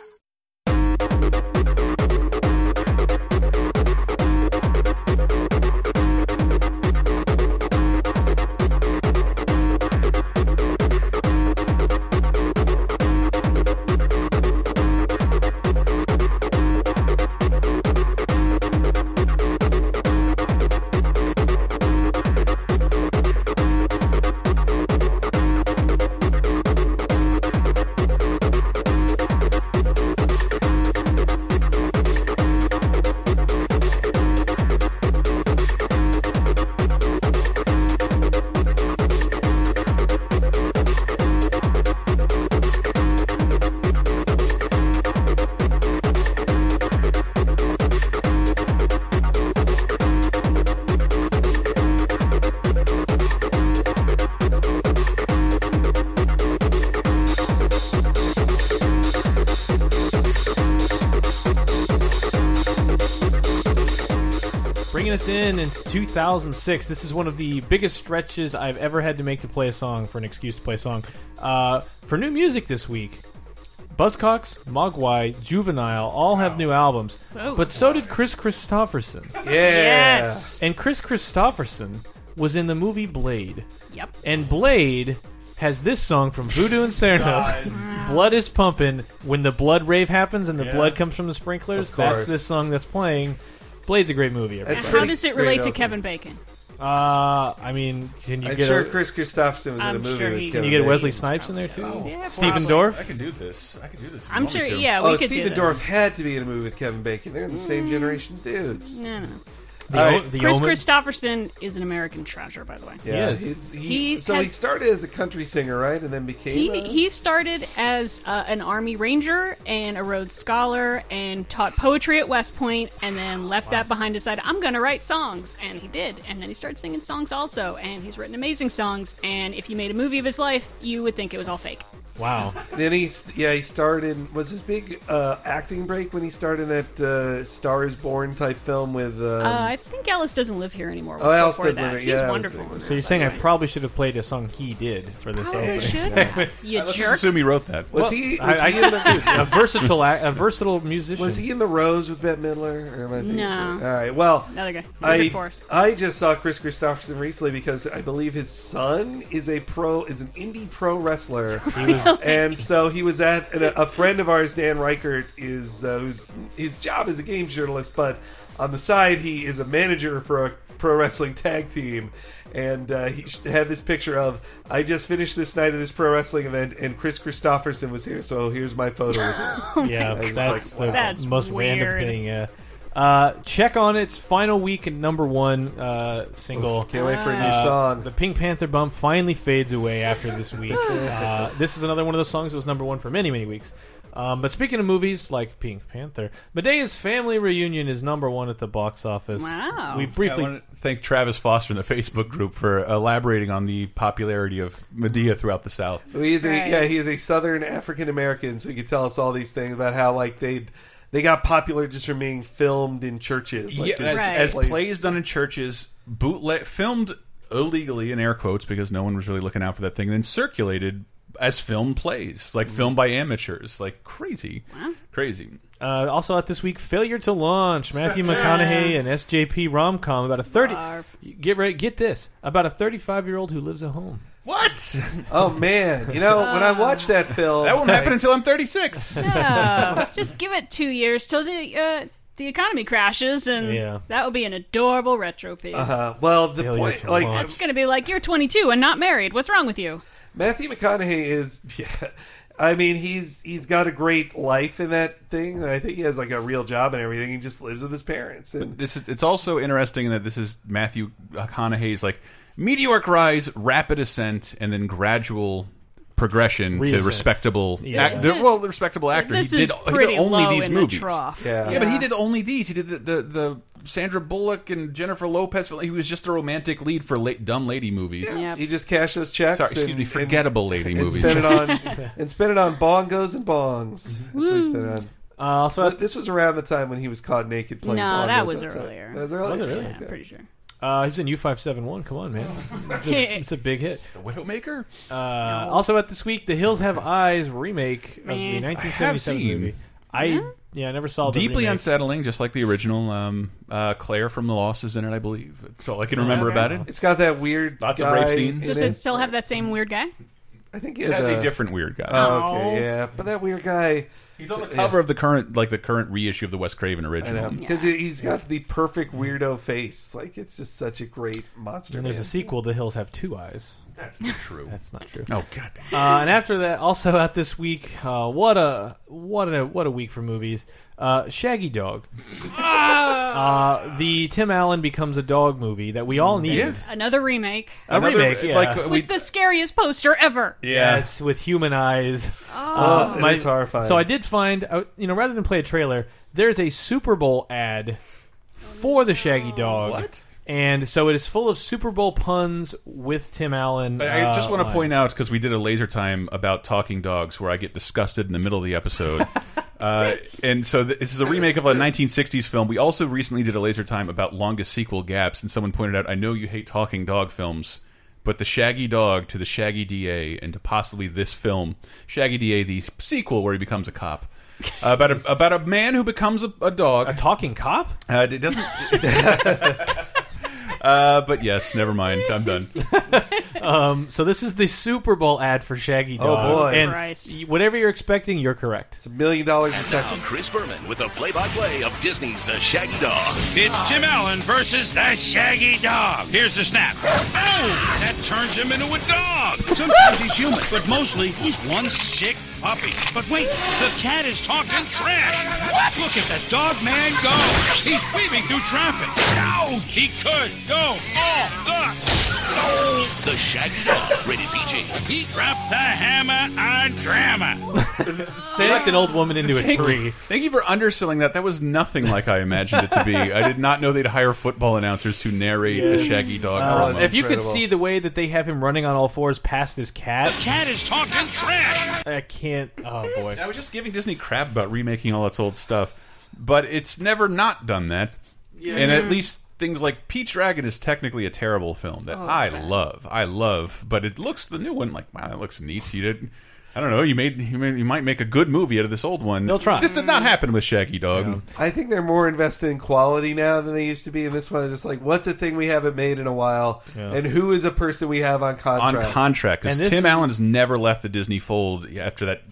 Bringing us in into 2006. This is one of the biggest stretches I've ever had to make to play a song for an excuse to play a song. Uh, for new music this week, Buzzcocks, Mogwai, Juvenile all have new albums,
Oh.
but so did Chris Christopherson.
Yeah. Yes.
And Chris Christopherson was in the movie Blade.
Yep.
And Blade has this song from Voodoo and Serno. blood is pumping. When the blood rave happens and the
Yeah.
blood comes from the sprinklers,
Of
that's
course.
this song that's playing. Blade's a great movie. everybody.
How does it relate to Kevin Bacon?
Uh, I mean, can you
I'm
get
sure
a,
Chris Christopherson was in
I'm
a movie
sure
with
he-
Can
Kevin
you get
Bacon.
Wesley Snipes in there too?
Yeah,
Stephen
probably.
Dorff.
I can do this. I can do this. if you
I'm
want me
sure.
to.
Yeah,
oh,
we could
Stephen
do Mm.
Dorff had to be in a movie with Kevin Bacon. They're in the same generation dudes.
This. No, no, no.
The
All
O-
right.
the
Chris Christopherson is an American treasure, by the way.
Yeah,
Yes.
he's- he,
He
so he
has-
started as a country singer, right, and then became.
He,
a-
he started as uh, an army ranger and a Rhodes Scholar and taught poetry at West Point and then left that behind. Decided I'm going to write songs and he did. And then he started singing songs also and he's written amazing songs. And if you made a movie of his life, you would think it was all fake.
Wow.
then he, s- yeah, he starred in was his big uh, acting break when he started in that uh, Star Is Born type film with. Um,
uh, I think Alice doesn't live here anymore. was
Oh, Alice
before
Doesn't
that.
Live Here,
He's
yeah, Alice
wonderful. in
So
that,
you're
by
saying
the
I
way.
probably should have played a song he did for this
Probably
opening.
should
segment.
have, you
Let's
jerk.
just assume he wrote that. Was he- was
I-
he
I-
in the-
a versatile, act- a versatile musician?
Was he in the Rose with Bette Midler? Or am I thinking
No.
something? All right. Well,
Another guy. Richard
I,
Forrest.
I just saw Chris Christopherson recently because I believe his son is a pro is an indie pro wrestler,
was-
and so he was at and a, a friend of ours, Dan Reichert, is uh, who's his job is a game journalist, but on the side he is a manager for a pro wrestling tag team. And uh, he sh- had this picture of I just finished this night of this pro wrestling event, and Chris Christopherson was here, so here's my photo. With him.
yeah,
I was
that's
like,
the
wow.
That's
most random
weird.
thing. Yeah. Uh, check on its final week and number one uh, single.
Can't wait for a new
Uh,
song.
The Pink Panther bump finally fades away after this week. uh, this is another one of those songs that was number one for many, many weeks. Um, but speaking of movies like Pink Panther, Medea's Family Reunion is number one at the box office.
Wow.
We briefly
I want to thank Travis Foster in the Facebook group for elaborating on the popularity of Medea throughout the South.
He is a,
Right.
yeah, he is a Southern African American, so he could tell us all these things about how like they they got popular just from being filmed in churches, like
yeah, as,
just
as
plays.
plays done in churches, bootleg filmed illegally in air quotes because no one was really looking out for that thing, and then circulated as film plays,
Mm-hmm.
like filmed by amateurs, like crazy, crazy.
Uh, also out this week, Failure to Launch, Matthew McConaughey and SJP rom com about a thirty. Get ready, get this about a thirty-five year old who lives at home.
What?
Oh man, you know when I watched that film,
That won't
I-
happen until I'm 36.
No, just give it two years till the uh, the economy crashes, and
Yeah.
that will be an adorable retro piece.
Uh-huh. Well, the point, like
That's going to be like you're 22 and not married. What's wrong with you?
Matthew McConaughey is, yeah, I mean he's he's got a great life in that thing. I think he has like a real job and everything. He just lives with his parents, and
This is, it's also interesting that this is Matthew McConaughey's like meteoric rise, rapid ascent, and then gradual progression
Reassess.
to respectable.
Yeah.
act- they're- well, the respectable actor.
This
he did,
is
he did
pretty
only
low
these
in the
movies.
trough.
Yeah.
Yeah.
but he did only these. He did the the, the Sandra Bullock and Jennifer Lopez. He was just a romantic lead for late, dumb lady movies.
He just cashed those checks.
Sorry, excuse
and-
me, forgettable lady
and
movies.
Spent it on and spent it on bongos and bongs. That's what he spent it on.
Uh, also,
but this was around the time when he was caught naked playing.
No, that
bongos
was
outside.
earlier.
That was earlier.
Was it really?
Yeah, I'm pretty sure.
Uh, he's in U571. Come on, man. It's a, it's a big hit. The
Widowmaker?
Uh, Also, out this week, The Hills Have Eyes remake of the
Man.
1977
I have seen.
movie. I, yeah, I never saw the
Deeply
remake.
unsettling, just like the original. Um, uh, Claire from The Lost is in it, I believe. That's all I can remember
Okay.
about it.
It's got that weird.
Lots
guy
of rape scenes.
Does it still have that same weird guy?
I think
It has a different weird guy.
Oh, okay, yeah, but that weird guy.
He's on the cover of the current, like the current reissue of the Wes Craven original.
because he's got the perfect weirdo face. Like it's just such a great monster.
And there's a
man.
sequel, The Hills Have Two Eyes.
That's not true.
That's not true.
Oh, God.
Uh, and after that, also out this week, uh, what a what a what a week for movies. Uh, Shaggy Dog, uh, the Tim Allen becomes a dog movie that we all need.
Another remake.
A
Another-
remake, yeah.
like,
with the scariest poster ever.
Yes, with human eyes. Uh,
Oh.
Oh, it is horrifying.
So I did find, uh, you know, rather than play a trailer, there's a Super Bowl ad for the Shaggy Dog. What? And so it is full of Super Bowl puns with Tim Allen.
I I just
uh,
want to
lines.
point out because we did a laser time about talking dogs, where I get disgusted in the middle of the episode. Uh, and so th this is a remake of a 1960s film. We also recently did a laser time about longest sequel gaps, and someone pointed out, "I know you hate talking dog films, but the Shaggy Dog to the Shaggy DA and to possibly this film, Shaggy DA, the sequel where he becomes a cop, uh, about a, about a man who becomes a, a dog, a
talking cop.
Uh, it doesn't. uh, but yes, never mind. I'm done.
Um, so this is the Super Bowl ad for Shaggy
Oh,
Dog.
boy.
And
Christ.
y- whatever you're expecting, you're correct. It's
a million dollars
a
second.
Chris Berman with the play-by-play of Disney's The Shaggy Dog.
It's Tim Allen versus the Shaggy Dog. Here's the snap. Oh, that turns him into a dog. Sometimes he's human, but mostly he's one sick puppy. But wait, the cat is talking trash. What? Look at that dog man go. He's weaving through traffic. Ouch! He could go all the. Oh, the Shaggy Dog, rated PG. He dropped the hammer on grandma.
They knocked an old woman into a
Thank
tree.
you. Thank you for underselling that. That was nothing like I imagined it to be. I did not know they'd hire football announcers to narrate the Shaggy Dog.
Uh,
promo.
if you could see the way that they have him running on all fours past this cat,
Cat is talking trash.
I can't. Oh boy!
I was just giving Disney crap about remaking all its old stuff, but it's never not done that.
Yeah.
And
Mhm.
at least things like Peach Dragon is technically a terrible film that
Oh, that's
I love. I love, but it looks the new one like wow, that looks neat. You did. I don't know. You made you, made, you might make a good movie out of this old one. They'll
try.
This did not happen with Shaggy Dog.
I think they're more invested in quality now than they used to be. And this one is just like, what's a thing we haven't made in a while,
Yeah.
and who is a person we have on
on
contract?
contract because Tim Allen has never left the Disney fold after that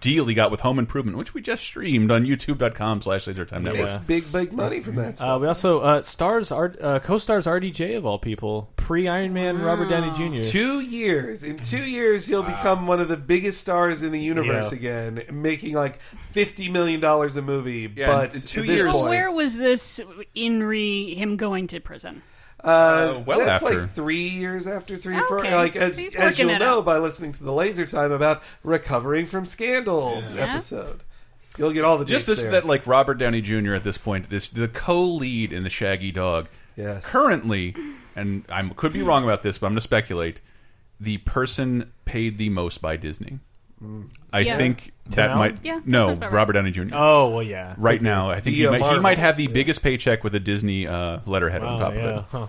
deal he got with Home Improvement, which we just streamed on YouTube.com slash Laser Time Network.
It's big, big money from that. Stuff.
Uh, we also uh, stars R- uh, co-stars RDJ of all people, pre Iron Man Robert Downey Jr.
Two years. In two years, he'll become one of the biggest stars in the universe
Yeah.
again, making like fifty million dollars a movie.
Yeah,
but
in two
at this
years-
point-
Well, where was this in re him going to prison?
Uh,
well
that's
after.
like three years after three.
Okay.
four- Like as
So he's
as
working
you'll
it
know by listening to the Laser Time about recovering from scandals
Yeah.
episode, you'll get all the
just
dates
this
there.
that like Robert Downey Jr. at this point, this the co-lead in the Shaggy Dog,
yes.
currently, and I could be wrong about this, but I'm going to speculate. The person paid the most by Disney. I
Yeah.
think
Mm. Tim
that
Allen?
might
Yeah, that
no
sounds about right.
Robert Downey Jr.
Oh, well, yeah.
right
Could
now
be.
I think
Via
he might, he
Marvel.
might have the biggest paycheck with a Disney uh, letterhead
Wow,
on top
yeah.
of it.
Huh.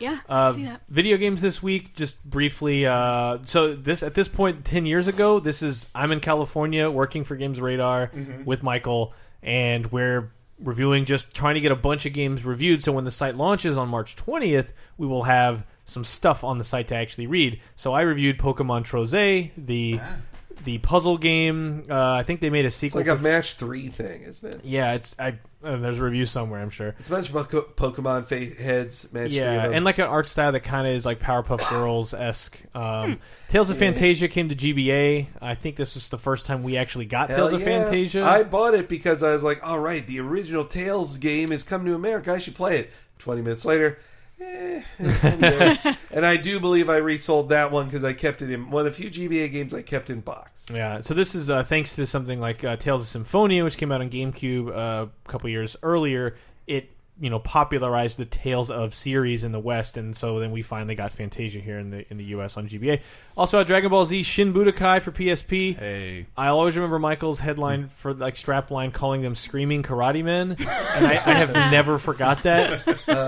Yeah,
Uh,
see that.
Video games this week, just briefly. Uh, so this at this point, ten years ago, this is I'm in California working for Games Radar
Mm-hmm.
Mhm.
with Michael, and we're reviewing, just trying to get a bunch of games reviewed. So when the site launches on March 20th, we will have some stuff on the site to actually read. So I reviewed Pokemon Troze, the the puzzle game. Uh, I think they made a
Ah. It's
sequel.
like a
for-
match three thing, isn't it?
yeah, it's I. Uh, there's a review somewhere, I'm sure.
It's a bunch of Poko- Pokemon fa- heads match three. of
Yeah,
them.
and like an art style that kind of is like Powerpuff Girls esque. Um, Tales of Fantasia came to GBA. I think this was the first time we actually got
Hell
Tales of
yeah.
Fantasia.
I bought it because I was like, all right, the original Tales game has come to America. I should play it. 20 minutes later, eh, it's in there. and I do believe I resold that one because I kept it in one of the few GBA games I kept in box.
Yeah, so this is uh, thanks to something like uh, Tales of Symphonia, which came out on GameCube uh, a couple years earlier. It you know popularized the Tales of series in the West, and so then we finally got Fantasia here in the in the U.S. on GBA. Also, had Dragon Ball Z Shin Budokai for PSP.
Hey,
I'll always remember Michael's headline for like strapline calling them "screaming karate men," and I, I have never forgot that.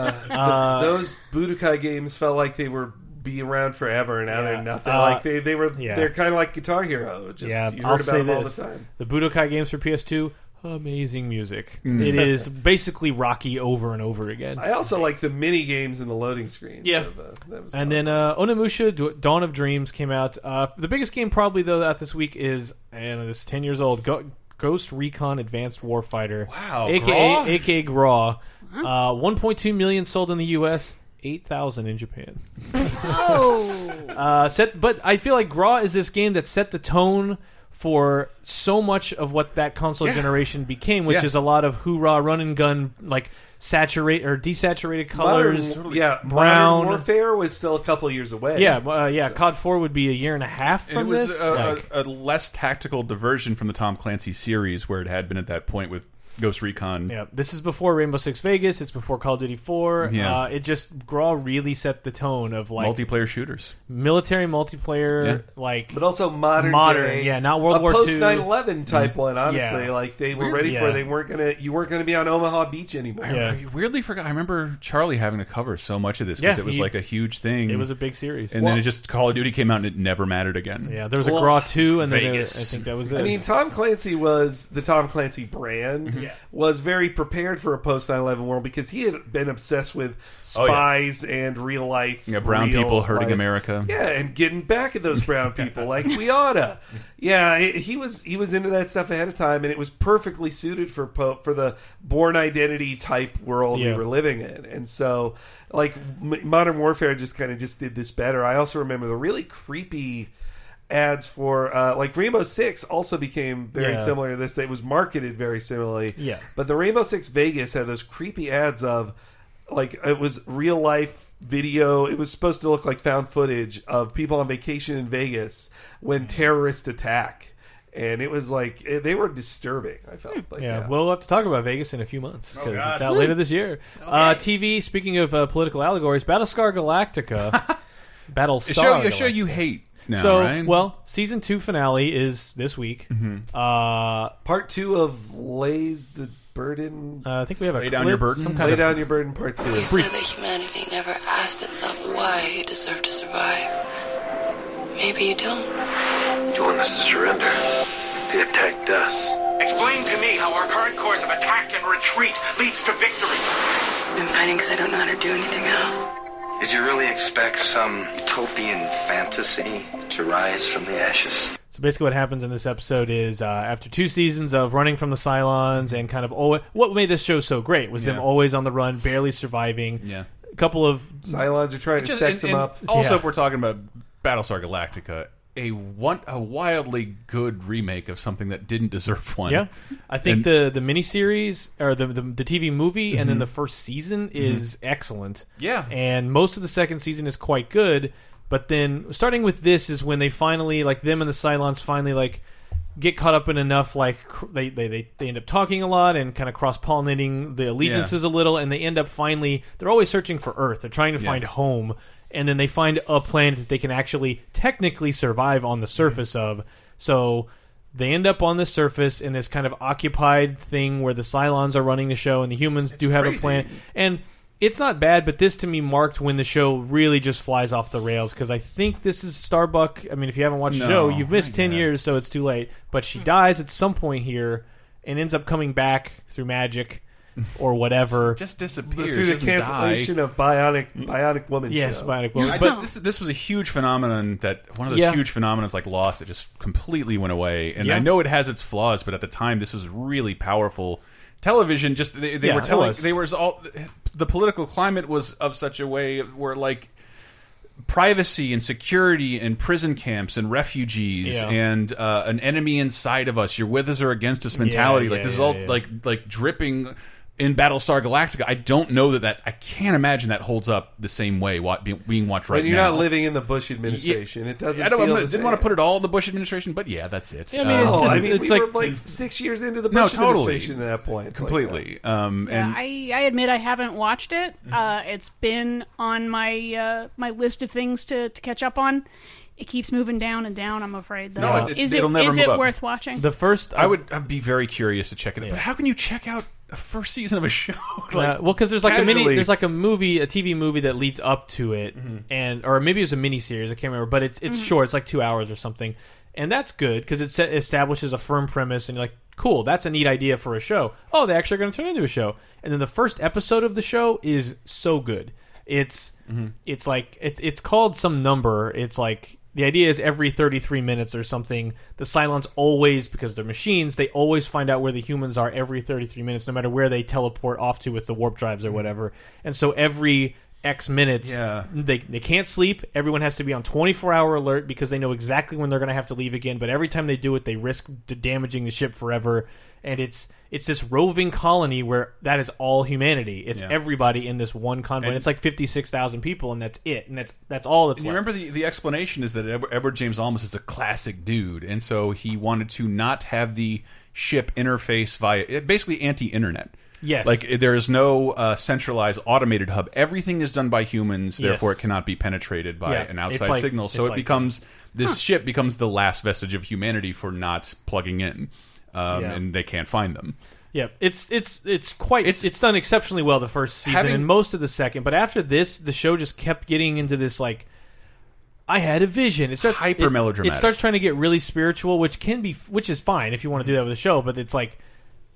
Uh,
those Budokai games felt like they were be around forever, and now they're nothing.
Uh,
like they, they were,
yeah.
they're kind of like Guitar Hero. Just
yeah,
you
I'll
heard about
say
them all the
this.
time.
The Budokai games for PS2, amazing music.
Mm.
It is basically Rocky over and over again.
I also like the mini games in the loading screen.
Yeah.
of, uh, that was
and then uh, Onimusha: D- Dawn of Dreams came out. Uh, the biggest game probably though out this week is, and it's ten years old. Go- Ghost Recon Advanced Warfighter.
Wow,
aka
Graw?
aka Graw. Uh, 1.2 million sold in the U.S. 8,000 in Japan.
Oh.
Uh, set, but I feel like Graw is this game that set the tone for so much of what that console
Yeah.
generation became, which
Yeah.
is a lot of hoorah, run and gun, like saturate or desaturated colors,
Modern, yeah,
brown.
Modern Warfare was still a couple years away.
yeah, uh, yeah. COD Four would be a year and a half
And
from
it was uh,
this.
a,
Like-
a, a less tactical diversion from the Tom Clancy series, where it had been at that point with Ghost Recon.
Yeah, this is before Rainbow Six Vegas. It's before Call of Duty Four.
Yeah.
Uh, it just Graw really set the tone of like
Multiplayer shooters.
military multiplayer,
Yeah.
like
but also modern,
modern,
day,
yeah, not World
a
War
post
II.
9/11 type one. Honestly,
Yeah.
like they were
Weird.
ready for.
Yeah.
it. They weren't gonna. You weren't gonna be on Omaha Beach anymore.
I, I weirdly forgot. I remember Charlie having to cover so much of this because
Yeah,
it was
he-
like a huge thing.
it was a big series.
and then it just Call of Duty came out and it never mattered again.
Yeah, there was a
Well,
Graw Two, and then there, I
Vegas.
think that was it.
I mean, Tom Clancy was the Tom Clancy brand
Mhm. Yeah.
was very prepared for a post 9/11 world because he had been obsessed with
Oh, yeah.
spies and real life,
Yeah, brown
real
people hurting
life.
America.
Yeah, and getting back at those brown people like we oughta. Yeah, it- he was he was into that stuff ahead of time, and it was perfectly suited for po- for the born identity type world
Yeah.
we were living in. And so, like M- Modern Warfare, just kind of just did this better. I also remember the really creepy ads for uh, like Rainbow Six also became very
Yeah.
similar to this. It was marketed very similarly.
Yeah.
But the Rainbow Six Vegas had those creepy ads of like it was real life video. It was supposed to look like found footage of people on vacation in Vegas when terrorists attack. And it was like eh, they were disturbing. I felt like
yeah, we'll have to talk about Vegas in a few months
Oh,
because
God.
it's out
Mm.
later this year. Uh, TV. Speaking of uh, political allegories, Battlestar Galactica, Battlestar.
A show, a
Galactica.
show you hate now,
so
right? Mm-hmm.
well, season two finale is this week. Uh,
part two of Lays the Burden.
Uh, I think we have a
Lay Down
clip,
Your Burden?
Some kind
Lay
of
Down Your Burden Part Two.
You said that humanity never asked itself why it deserved to survive. Maybe you don't.
You want us to surrender? They attacked us.
Explain to me how our current course of attack and retreat leads to victory.
I'm fighting because I don't know how to do anything else.
Did you really expect some utopian fantasy to rise from the ashes?
So basically, what happens in this episode is uh, after two seasons of running from the Cylons and kind of always, what made this show so great was them
Yeah.
always on the run, barely surviving.
Yeah.
a couple of
Cylons are trying
Just- and- and Also, if we're talking about Battlestar Galactica, a one a wildly good remake of something that didn't deserve one.
Yeah, I think
And-
the the miniseries or the the, the TV movie and then
Mhm.
the first season is excellent.
Mm-hmm. Yeah.
and most of the second season is quite good. But then starting with this is when they finally like them and the Cylons finally like get caught up in enough like cr- they they, they, they end up talking a lot and kind of cross pollinating the allegiances a little and they end up finally they're always searching for Earth. They're trying to
Yeah.
find home and then they find a planet that they can actually technically survive on the
Mm-hmm.
surface of. So they end up on the surface in this kind of occupied thing where the Cylons are running the show and the humans do have a
crazy.
plan. And it's not bad, but this to me marked when the show really just flies off the rails because I think this is Starbuck. I mean, if you haven't watched the
No,
show, you've missed 10 years, so it's too late. But she dies at some point here and ends up coming back through magic or whatever.
Just
But
disappears
through the
doesn't die.
cancellation of Bionic Bionic Woman.
Yes,
show.
Bionic
I just, this, this was a huge phenomenon that one of those
Yeah.
huge phenomenons like Lost that just completely went away. And
Yeah.
I know it has its flaws, but at the time, this was really powerful television. Just they, they
Yeah,
were
it
telling
was.
they were all the political climate was of such a way where like privacy and security and prison camps and refugees
Yeah.
and uh, an enemy inside of us you're with us or against us mentality
Yeah,
like
yeah,
this is
yeah,
all
yeah.
like like dripping in Battlestar Galactica, I don't know that that I can't imagine that holds up the same way wa- be- being watched right
when you're
now.
not living in the Bush administration, it doesn't.
I don't,
feel
I'm not-
the
didn't
same.
want to put it all in the Bush administration, but yeah, that's it.
Yeah, I mean, it's
Um,
just- I mean, it's we like- were, like, six years into the
no,
Bush
totally.
administration at that point.
completely. um, and
I, I admit I haven't watched it. Uh, it's been on my uh, my list of things to, to catch up on. It keeps moving down and down. I'm afraid. Though.
No, it-
is
it'll
it
never
is
move
it
up.
worth watching?
first, uh,
I would I'd be very curious to check it out. But how can you check out a first season of a show?
Uh,
like,
well, because there's like a mini,
casually? Mm-hmm.
there's like a movie, a TV movie that leads up to it, and or maybe it was a mini series. I can't remember, but it's it's
Mhm.
short. It's like two hours or something, and that's good because it set, establishes a firm premise, and you're like, cool, that's a neat idea for a show. Oh, they actually are going to turn it into a show, and then the first episode of the show is so good. It's it's like it's it's called some number. It's like the idea is every 33 minutes or something, the Cylons always, because they're machines, they always find out where the humans are every 33 minutes, no matter where they teleport off to with the warp drives or whatever. And so every X minutes,
Yeah.
they, they can't sleep. Everyone has to be on 24 hour alert because they know exactly when they're going to have to leave again. But every time they do it, they risk d- damaging the ship forever. And it's it's this roving colony where that is all humanity. It's
Yeah.
everybody in this one convoy.
And-
it's like 56,000 people, and that's it. And that's that's all that's
And you
left.
remember the, the explanation is that Edward, Edward James Olmos is a classic dude, and so he wanted to not have the ship interface via eh, basically anti-internet.
Yes.
like eh, there is no uh, centralized automated hub. Everything is done by humans,
Yes.
therefore it cannot be penetrated by
Yeah.
an
It's
outside
like-
signal. So
it's
it
like-
becomes this ship becomes the last vestige of humanity for not plugging in, um,
Yeah.
and they can't find them.
Yeah, it's it's it's quite it's it's done exceptionally well the first season
Having-
and most of the second, but after this, the show just kept getting into this like I had a vision. It starts
Hyper
it-
melodramatic.
It starts trying to get really spiritual, which can be which is fine if you want to do that with a show, but it's like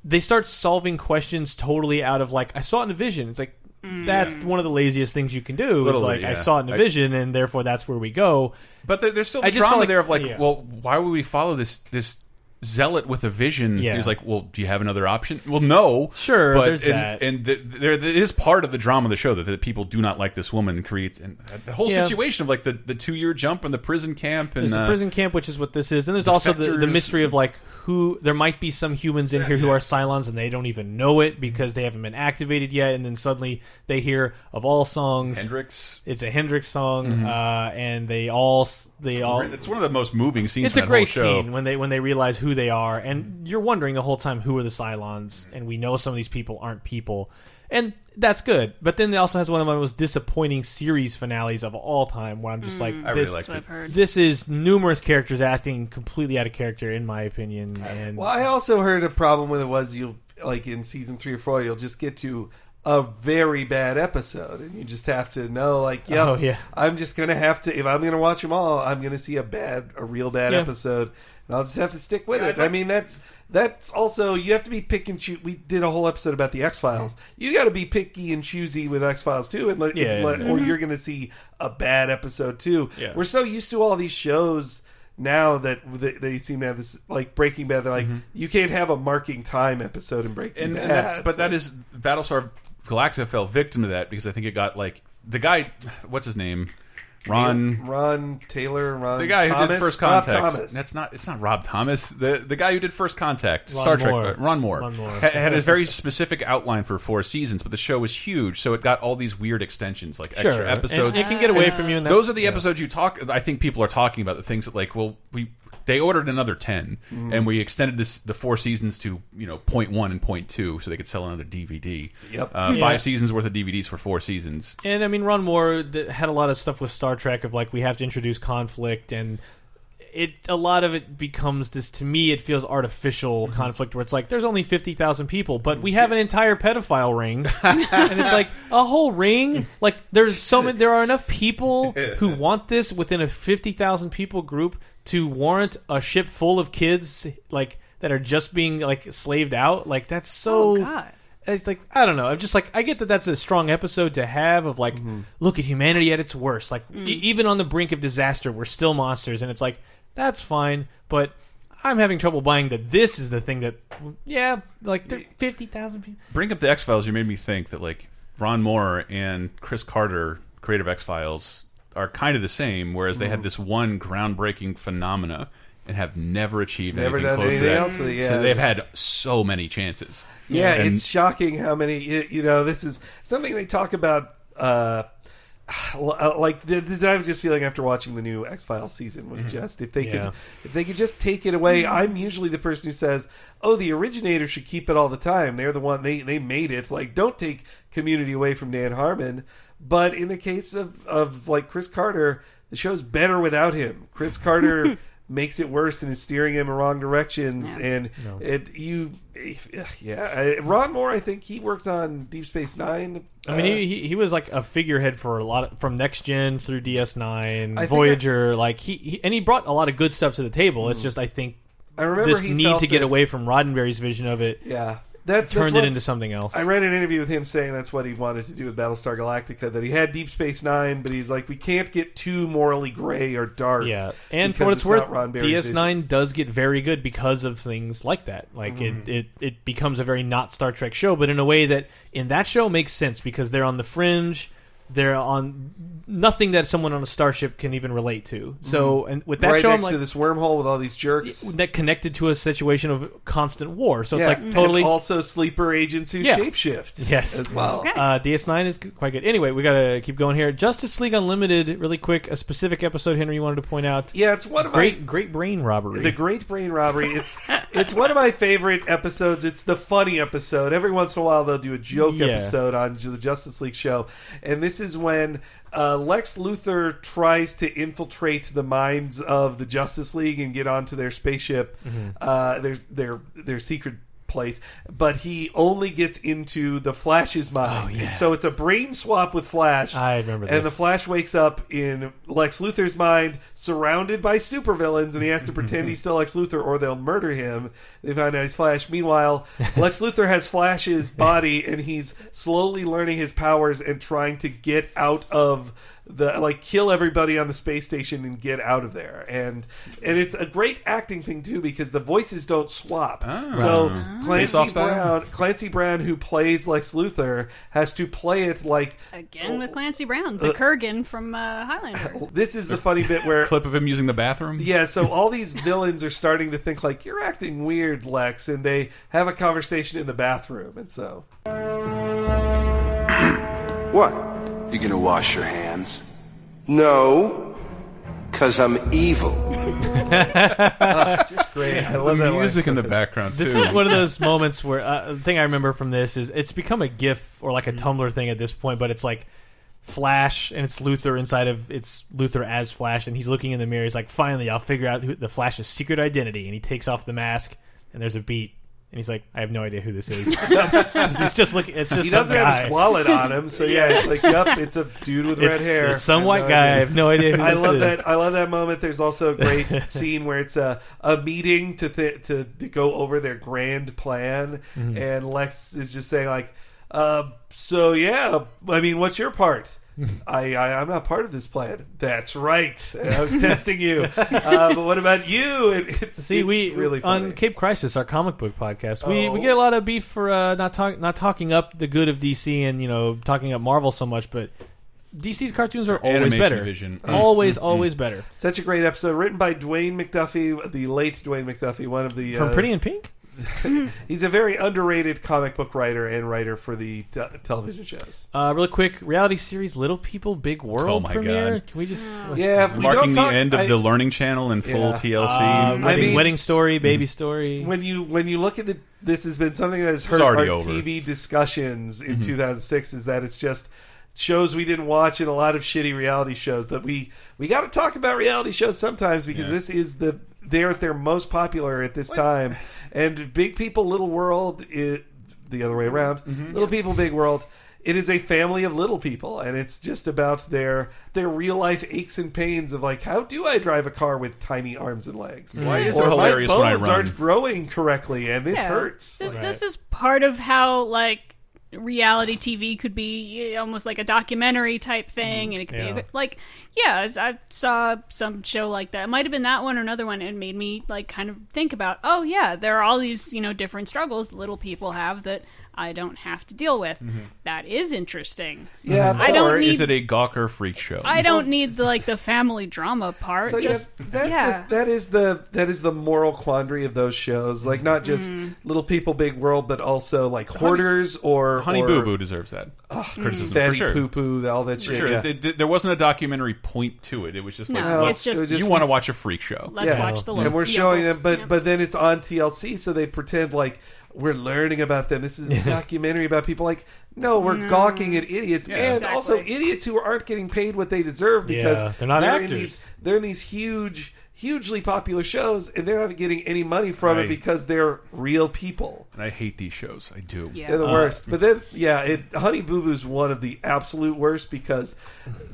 they start solving questions totally out of like I saw it in a vision. It's like that's one of the laziest things you can do. It's
Literally,
like I
yeah.
saw it in a
I-
vision, and therefore that's where we go.
But there, there's still the
I just felt
drama
like-
there of like,
yeah.
well, why would we follow this this zealot with a vision?
Yeah.
He's like, well, do you have another option? Well, no,
Sure,
But
there's
and,
that.
and th there that is part of the drama of the show that, that people do not like this woman creates, and the whole
Yeah.
situation of like the, the two year jump and the prison camp and
There's the
uh,
prison camp, which is what this is. Then there's also the, the
defectors.
mystery of like who there might be some humans in here who are Cylons and they don't even know it because they haven't been activated yet. And then suddenly they hear of all songs,
Hendrix.
It's a Hendrix song,
Mhm.
uh, and they all s- they all.
It's one of the most moving scenes.
It's
in
a
that
great
whole show.
scene when they when they realize who they are, and you're wondering the whole time who are the Cylons, and we know some of these people aren't people, and that's good. But then it also has one of my most disappointing series finales of all time, where I'm just like,
Mm, I really
this,
liked That's what it. I've heard.
this is numerous characters acting completely out of character, in my opinion. And
Well, uh, I also heard a problem with it was you like in season three or four, you'll just get to a very bad episode, and you just have to know, like, yep,
Oh, yeah.
I'm just gonna have to if I'm gonna watch them all, I'm gonna see a bad, a real bad
Yeah.
episode, and I'll just have to stick with it. I mean, that's that's also you have to be pick and choose. We did a whole episode about the X Files. You got to be picky and choosy with X Files too, and let,
Yeah, yeah,
let-
yeah.
or
Mhm.
you're gonna see a bad episode too.
Yeah.
We're so used to all these shows now that they, they seem to have this like Breaking Bad. They're like, you can't have a marking time episode in Breaking
Mm-hmm. and,
Bad.
and that's but that is Battlestar Galactica fell victim to that because I think it got like the guy, what's his name, Ron.
Ron Taylor, Ron
the guy who did
Thomas?
First
Rob
Contact.
Thomas.
That's not. It's not Rob Thomas. The the guy who did First Contact.
Ron
Star Trek.
Moore.
uh, Ron Moore.
Ron Moore.
ha- had a very specific outline for four seasons, but the show was huge, so it got all these weird extensions, like
Sure.
extra
And
episodes.
it can get away from you, and that's-
those are the episodes you talk. I think people are talking about the things that, like, well, we they ordered another ten,
Mm-hmm.
Mm.
and we extended this the four seasons to you know point one and point two, so they could sell another DVD.
Yep.
Uh,
Yeah.
Five seasons worth of DVDs for four seasons.
And I mean, Ron Moore th- had a lot of stuff with Star Trek of like we have to introduce conflict, and it a lot of it becomes this. To me, it feels artificial conflict where it's like there's only fifty thousand people, but we have an entire pedophile ring, and it's like a whole ring. Like there's so many, there are enough people who want this within a fifty thousand people group to warrant a ship full of kids like that are just being like slaved out. Like that's so. It's like I don't know. I'm just like I get that that's a strong episode to have of like look at humanity at its worst. Like e- even on the brink of disaster, we're still monsters, and it's like that's fine. But I'm having trouble buying that this is the thing that yeah, like there fifty thousand people.
bring up the X Files, you made me think that like Ron Moore and Chris Carter,
Mm-hmm.
creator of X Files, are kind of the same, whereas they had this one groundbreaking phenomena and have never achieved
Never done
anything close to
anything
that.
else with it, yeah.
so they've had so many chances.
Yeah,
And-
it's shocking how many. You, you know, this is something they talk about. Uh, like the, the, I have just feeling after watching the new X Files season was
Mhm.
just if they could
Yeah.
if they could just take it away. I'm usually the person who says, "Oh, the originator should keep it all the time. They're the one they they made it. Like, don't take Community away from Dan Harmon." But in the case of of like Chris Carter, the show's better without him. Chris Carter. makes it worse and is steering him in wrong directions and
No.
it you yeah I- ron moore i think he worked on deep space nine
I mean,
uh,
he, he he was like a figurehead for a lot of, from Next Gen through DS9,
I think
Voyager. like he, he and he brought a lot of good stuff to the table. It's just I think
Mm. I remember
this
he
need
felt
to get
that-
away from Roddenberry's vision of it.
Yeah, that's
turned
that's
it
what-
into something else.
I read an interview with him saying that's what he wanted to do with Battlestar Galactica. That he had Deep Space Nine, but he's like, we can't get too morally gray or dark.
Yeah, and
because
for what it's, worth,
not Ron Barry's
DS9 does get very good because of things like that. Like
Mhm.
it, it, it becomes a very not Star Trek show, but in a way that in that show makes sense because they're on the fringe. They're on nothing that someone on a starship can even relate to. So,
Mhm.
and with that
Right
show, I'm
next
like
to this wormhole with all these jerks
that connected to a situation of constant war. So it's
Yeah, Mm-hmm.
like totally
and also sleeper agents who
Yeah.
shapeshift.
Yes,
as well.
Uh, DS9 is quite good. Anyway, we gotta keep going here. Justice League Unlimited, really quick, a specific episode. Henry, you wanted to point out.
Yeah, it's one of my-
great, great brain robbery.
The Great Brain Robbery. It's it's one of my favorite episodes. It's the funny episode. Every once in a while, they'll do a joke
Yeah.
episode on the Justice League show, and this is when uh, Lex Luthor tries to infiltrate the minds of the Justice League and get onto their spaceship,
Mhm.
uh, their their their secret place but he only gets into the flash's mind
Oh, yeah.
And so it's a brain swap with flash
I remember
and the
this.
Flash wakes up in Lex Luthor's mind, surrounded by supervillains, and he has to pretend he's still Lex Luthor or they'll murder him. They find out he's Flash. Meanwhile, Lex Luthor has Flash's body, and he's slowly learning his powers and trying to get out of the like kill everybody on the space station and get out of there. And and it's a great acting thing too because the voices don't swap. so
Ah.
Clancy
Right. Face-off style?
Brown, Clancy Brown, who plays Lex Luthor, has to play it like
Again with Clancy Brown, the
Uh,
Kurgan from uh, Highlander.
this is the funny bit where
clip of him using the bathroom.
Yeah, so all these villains are starting to think like you're acting weird, Lex, and they have a conversation in the bathroom, and so
What? You gonna wash your hands? No, cause I'm evil.
just great. I
The
love that
music in the background.
This
too.
is one of those moments where uh, the thing I remember from this is it's become a GIF or like a
Mm-hmm.
Tumblr thing at this point, but it's like Flash and it's Luther inside of it's Luther as Flash, and he's looking in the mirror. He's like, "Finally, I'll figure out who, the Flash's secret identity." And he takes off the mask, and there's a beat, and he's like, "I have no idea who this is." it's just like it's just
he
some
doesn't have
guy.
his wallet on him, so yeah, it's like yup, it's a dude with
It's-
red hair.
it's
I
some
have
white
no
guy.
idea.
I have no idea who
I
this
love
is.
that. I love that moment. There's also a great scene where it's a a meeting to th- to to go over their grand plan,
Mhm.
and Lex is just saying like, uh, "So yeah, I mean, what's your part?" I, I I'm not part of this plan. That's right. I was testing you. Uh, but what about you? And it's,
See,
it's
we
really funny.
on Cape Crisis, our comic book podcast, we, we
Oh.
get a lot of beef for uh, not talk, not talking up the good of DC and you know talking up Marvel so much, but DC's cartoons are always
Animation
better,
vision. Mm.
always
Mm.
always better.
Such a great episode, written by Dwayne McDuffie, the late Dwayne McDuffie, one of the
From Pretty in
and
Pink.
he's a very underrated comic book writer and writer for the te- television shows.
Uh, really quick, reality series Little People Big World
Oh my
premiere.
God.
Can we just
Yeah,
It's marking the end of the Learning Channel in full
Yeah. Um,
TLC.
Uh, wedding, wedding story, baby story.
When you when you look at the this has been something that has
It's
hurt our
already over.
TV discussions
Mm-hmm.
in
Mhm.
2006 is that it's just shows we didn't watch and a lot of shitty reality shows, but we we got to talk about reality shows sometimes because this is the they're at their most popular at this time, and Big People Little World it the other way around. Little People Big World. It is a family of little people, and it's just about their their real life aches and pains of like, how do I drive a car with tiny arms and legs?
Why is
or
it hilarious
my
when I
bones
run?
aren't growing correctly, and this
Yeah.
hurts.
This, this is part of how like reality TV could be eh, almost like a documentary type thing, and it could be a
Yeah.
bit, like, yeah, as I saw some show like that. It might have been that one or another one, and it made me like kind of think about, oh yeah, there are all these you know different struggles little people have that I don't have to deal with.
Mhm.
That is interesting.
Mm-hmm.
Mhm.
I
or
don't need.
is it a Gawker freak show?
I don't need the like the family drama part.
So yeah,
just
that's
yeah.
the, that is the that is the moral quandary of those shows. Like not just
Mm-hmm.
Mm.
little people, big world, but also like hoarders or
Honey
or,
Boo Boo deserves that
Ugh,
criticism for
fatty
sure.
poo poo, all that
For
shit.
sure.
yeah.
Th- th- there wasn't a documentary point to it. It was just like
No,
let's-
it's just-
you want to watch a freak show.
Yeah. And we're showing them, but but then it's on TLC, so they pretend like we're learning about them. This is a documentary about people. Like, no, we're
No.
gawking at idiots,
Yeah.
and
Exactly.
also idiots who aren't getting paid what they deserve because
Yeah, they're not
In
actors.
these, they're in these huge, hugely popular shows, and they're not getting any money from
Right.
it because they're real people.
And I hate these shows. I do.
They're the worst. But then, yeah, it, Honey Boo Boo's one of the absolute worst because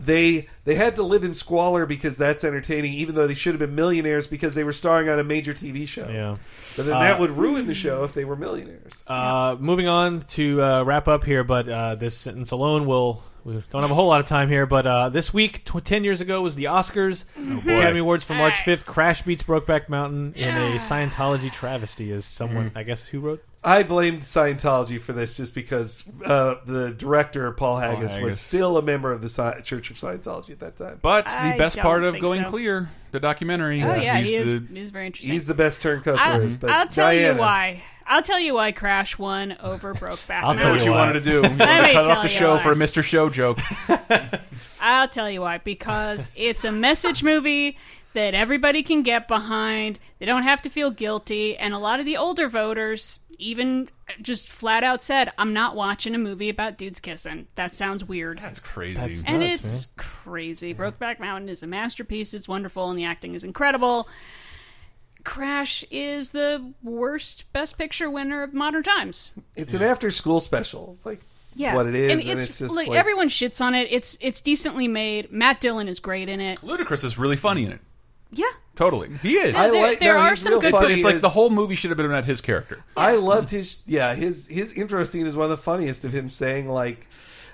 they they had to live in squalor because that's entertaining, even though they should have been millionaires because they were starring on a major TV show.
Yeah.
But then
Uh,
that would ruin the show if they were millionaires.
Uh, moving on to uh, wrap up here, but uh, this sentence alone will. We don't have a whole lot of time here, but uh, this week, tw- 10 years ago, was the Oscars.
Oh, boy.
Academy Awards for March 5th. Crash beats Brokeback Mountain in a Scientology travesty, as
Mm.
someone, I guess, who wrote?
I blamed Scientology for this just because uh, the director, Paul Haggis,
Haggis.
was still a member of the Sci- Church of Scientology at that time.
But the best part of Going Clear, the documentary.
Oh, yeah,
he's
he is-
the-
he is very interesting.
He's the best turncoat
I'll,
there is. But
I'll tell
Diana,
you why. I'll tell you why Crash won over Brokeback.
I know what you
why.
wanted to do. You
Let
wanted to
me
cut off
tell
the
you
show
why.
for a Mr. Show joke.
I'll tell you why. Because it's a message movie that everybody can get behind. They don't have to feel guilty. And a lot of the older voters even just flat out said, I'm not watching a movie about dudes kissing. That sounds weird. That's
crazy.
That's
and
nuts,
it's
man.
crazy. Brokeback Mountain is a masterpiece. It's wonderful, and the acting is incredible. Crash is the worst Best Picture winner of modern times.
It's an after school special. Like, it's what it is. And it's, just
like,
like,
everyone shits on it. It's it's decently made. Matt Dillon is great in it.
Ludacris is really funny in it.
Yeah.
Totally. He is.
I There- like- there no, are he's some real good-
It's,
funny.
it's like the
He is-
whole movie should have been about his character.
I loved his yeah his his intro scene is one of the funniest of him saying like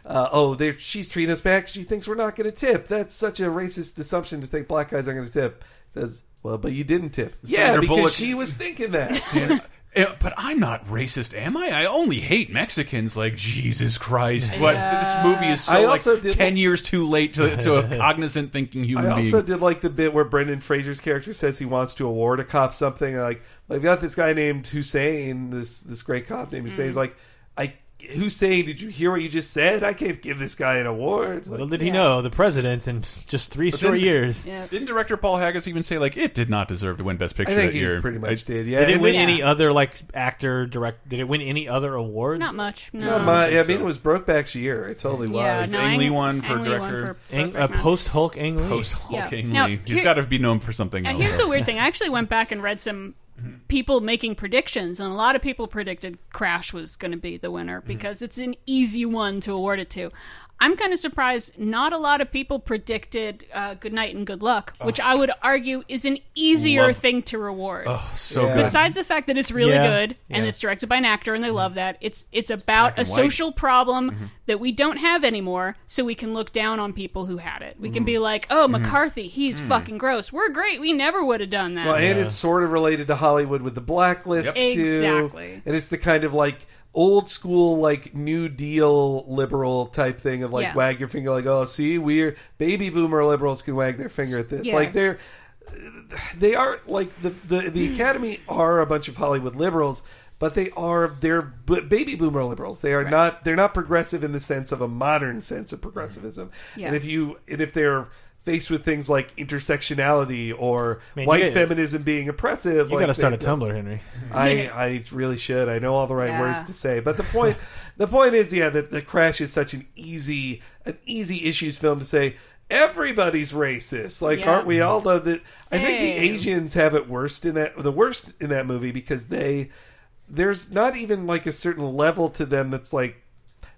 uh, oh they're, she's treating us back she thinks we're not going to tip that's such a racist assumption to think black guys are going to tip says well but you didn't tip yeah
Sandra
because
Bullock-
she was thinking that
Uh, But I'm not racist, am I? I only hate Mexicans. Like Jesus Christ! What
Yeah.
this movie is so
I
like
also did-
ten years too late to, to a cognizant thinking human
I also
being.
did like the bit where Brendan Fraser's character says he wants to award a cop something. And like, well, I've got this guy named Hussein, this this great cop named Hussein. He's like, I Hussein, did you hear what you just said? I can't give this guy an award.
Little did he know, the president in just three
But
short
then-
years.
Didn't director Paul Haggis even say like it did not deserve to win Best Picture
think
that
he
year?
pretty much did,
Did it
and
win
this-
any other, like, actor, direct? Did it win any other awards?
Not much. No.
No, my, I mean, it was Brokeback's year. It totally
Yeah,
was.
no, Ang Ang- Lee won for Ang Lee won director. for
Ang-
Brokeback
uh,
Mountain.
Post-Hulk Ang Lee.
Post-Hulk
Yeah.
Ang
Now,
Lee.
here-
He's got to be known for something
Now,
else.
here's the weird thing. I actually went back and read some people making predictions, and a lot of people predicted Crash was going to be the winner because it's an easy one to award it to. I'm kind of surprised not a lot of people predicted uh, Good Night and Good Luck, which I would argue is an easier
Love-
thing to reward.
Oh, so good.
Besides the fact that it's really
Yeah,
good and
yeah. Mm-hmm.
it's directed by an actor and they love that, it's it's about
Black
a
and white.
social problem
Mhm.
that we don't have anymore, so we can look down on people who had it. We can
Mm-hmm.
Mhm.
be like, "Oh,
Mhm.
McCarthy, he's
Mm.
fucking gross. We're great. We never would have done that."
Well, and it's sort of related to Hollywood with the blacklist
Yep.
too.
Exactly.
And it's the kind of like old school like New Deal liberal type thing of like
Yeah.
wag your finger like oh see we're baby boomer liberals can wag their finger at this
Yeah.
like they're they are like the the the Academy are a bunch of Hollywood liberals. But they are they're b- baby boomer liberals. They are
Right.
not they're not progressive in the sense of a modern sense of progressivism.
Yeah.
And if you and if they're faced with things like intersectionality or
Man, you
white
get-
feminism being oppressive.
You
like
gotta start
they-
a Tumblr, Henry.
I, I really should. I know all the right
Yeah.
words to say, but the point the point is, yeah, that the crash is such an easy an easy issues film to say. Everybody's racist, like
Yeah.
aren't we all? Though that I think
Hey.
the Asians have it worst in that the worst in that movie because they there's not even like a certain level to them that's like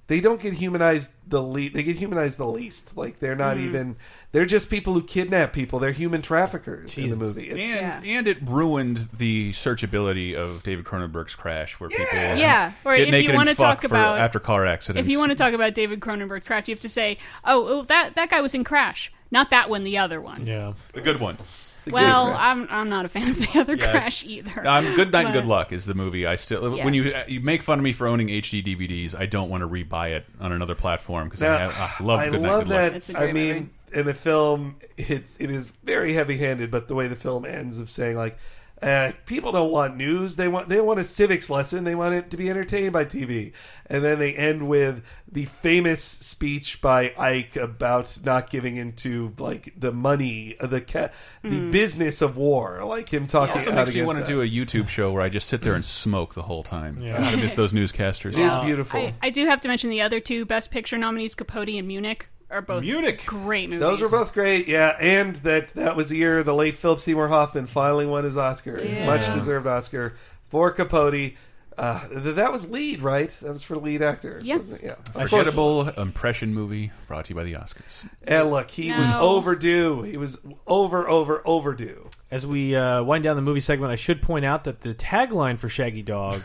they don't get humanized the least. They get humanized the least. Like they're not
Mm.
Mm-hmm.
even. They're just people who kidnap people. They're human traffickers in the movie. It's-
and and it ruined the searchability of David Cronenberg's Crash, where people
Yeah, or
get
if you
naked and
wanna
fuck
talk
for-
about-
after car accidents.
If you want to talk about David Cronenberg Crash, you have to say, "Oh, oh that that guy was in Crash, not that one, the other one."
yeah,
the good one. The good
well,
Crash.
I'm I'm not a fan of the other
Yeah.
Crash either.
Um, good night and
But-
good luck is the movie. I still
Yeah.
when you uh, you make fun of me for owning HD DVDs, I don't want to rebuy it on another platform because
Now,
I, have- I love.
I
good
love
night,
that. I mean, in the film, it's it is very heavy handed, but the way the film ends of saying like. Uh, people don't want news. They want they want a civics lesson. They want it to be entertained by TV. And then they end with the famous speech by Ike about not giving into like the money, uh, the ca- the business of war. Like him
It
talking
also
out
makes you
against
want to
that.
do a YouTube show where I just sit there and smoke the whole time.
Yeah.
God, I miss those newscasters.
It is beautiful.
I, I do have to mention the other two Best Picture nominees, Capote and Munich, are both
Munich.
great movies.
Those were both great, yeah. And that that was the year the late Philip Seymour Hoffman finally won his Oscar, his
Yeah.
much deserved Oscar for Capote. Uh, th- that was lead, right? That was for lead actor.
Yeah.
wasn't it? yeah.
A
Of course it was.
Forgettable impression movie brought to you by the Oscars.
And look, he was
No.
overdue. He was over, over, overdue.
As we uh, wind down the movie segment, I should point out that the tagline for Shaggy Dog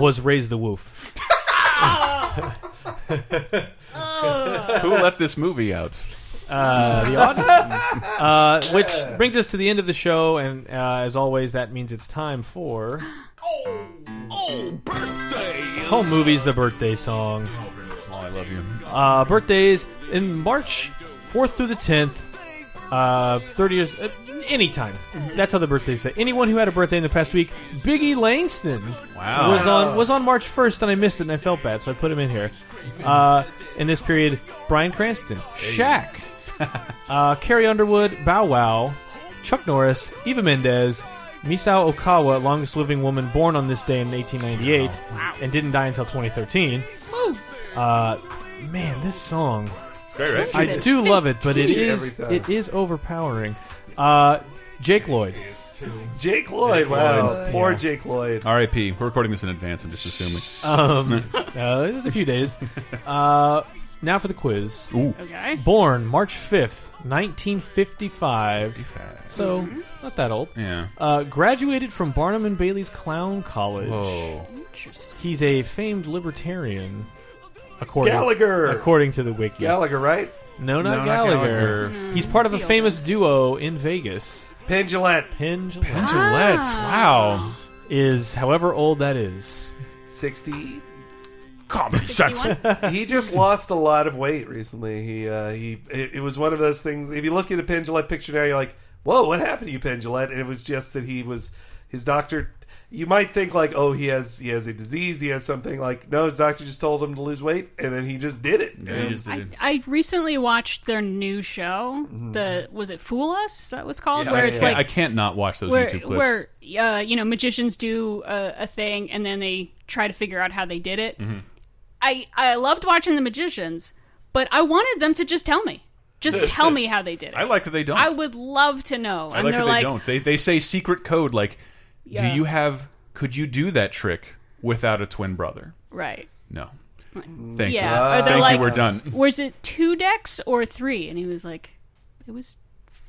was "Raise the Woof."
Who let this movie out?
Uh, the audience, uh, which brings us to the end of the show, and uh, as always, that means it's time for
Oh,
home movies, the birthday song.
Oh, I love you.
Uh, birthdays in March 4th through the 10th. Uh, 30 years, uh, anytime.
Mm-hmm.
That's how the birthdays say. Anyone who had a birthday in the past week, Biggie Langston
Wow.
was on was on March 1st, and I missed it, and I felt bad, so I put him in here. Uh, in this period, Brian Cranston, Shaq, uh, Carrie Underwood, Bow Wow, Chuck Norris, Eva Mendez, Misao Okawa, longest living woman born on this day in 1898, and didn't die until 2013. Uh, man, this song. It's
great, right?
I do love it, but it
Every
is
time.
it is overpowering. Uh, Jake Lloyd.
Jake Lloyd, wow,
Lloyd.
poor
Yeah.
Jake Lloyd.
R.I.P. We're recording this in advance. I'm just assuming.
Um, uh, it was a few days. Uh, now for the quiz.
Ooh.
Okay.
Born March 5th, 1955. So,
Mhm.
not that old.
Yeah.
Uh, graduated from Barnum and Bailey's Clown College.
Whoa.
Interesting.
He's a famed libertarian. According,
Gallagher!
According to the wiki.
Gallagher, right?
No, not
No, not
Gallagher.
Gallagher. Mm,
He's part of a famous duo in Vegas.
Pendulette.
Pendulette.
Pendulette,
Ah.
Wow. Is however old that is.
60
comedy
central he just lost a lot of weight recently he uh he it, it was one of those things if you look at a pendulette picture now you're like whoa what happened to you pendulette and it was just that he was his doctor you might think like oh he has he has a disease he has something like no his doctor just told him to lose weight and then he just did it
Yeah, he just did it.
I recently watched their new show. The was it Fool Us? Is that what's called?
Mm-hmm. Yeah,
where
I,
it's
I-
like
I can't not watch those
where,
YouTube clips.
where uh, you know magicians do a, a thing and then they try to figure out how they did it.
Mhm.
I I loved watching the magicians, but I wanted them to just tell me, just tell me how they did it.
I like that they don't.
I would love to know.
I
and
like
they're
that they
like,
don't. They they say secret code like,
Yeah.
do you have? Could you do that trick without a twin brother?
right.
No. Thank
Mm. yeah.
you.
Or they're
Thank
like,
you. We're done.
Was it two decks or three? And he was like, it was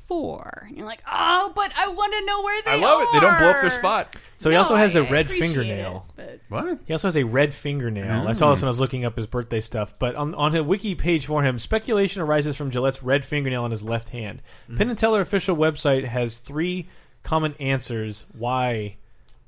four. And you're like, oh, but I want to know where they are.
I love it. They don't blow up their spot.
So he
No,
also has
I-
a
I
red
Oh, appreciate
fingernail.
it,
What?
He also has a red fingernail. I saw this
Mm.
when I was looking up his birthday stuff. But on, on his wiki page for him, speculation arises from Gillette's red fingernail on his left hand.
Mm.
Penn and Teller official website has three common answers why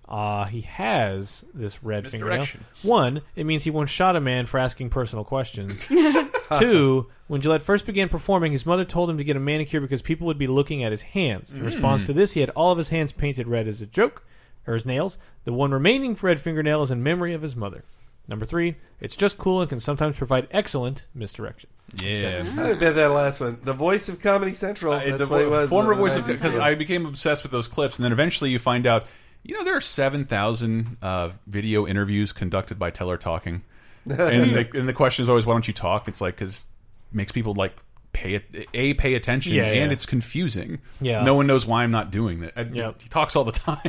uh, he has this red fingernail.
Misdirection.
One, it means he once shot a man for asking personal questions. Two, when Gillette first began performing, his mother told him to get a manicure because people would be looking at his hands. In response
Mm.
to this, he had all of his hands painted red as a joke, or his nails. The one remaining red fingernail is in memory of his mother. Number three, it's just cool and can sometimes provide excellent misdirection.
Yeah.
I bet that last one. The voice of Comedy Central. that's
the
what he was.
former
Uh,
voice of because I became obsessed with those clips, and then eventually you find out, you know, there are seven thousand uh, video interviews conducted by Teller talking, and the, and the question is always, why don't you talk? It's like because makes people like pay it a pay attention,
Yeah, yeah.
and it's confusing.
Yeah.
no one knows why I'm not doing that. And
Yep.
He talks all the time.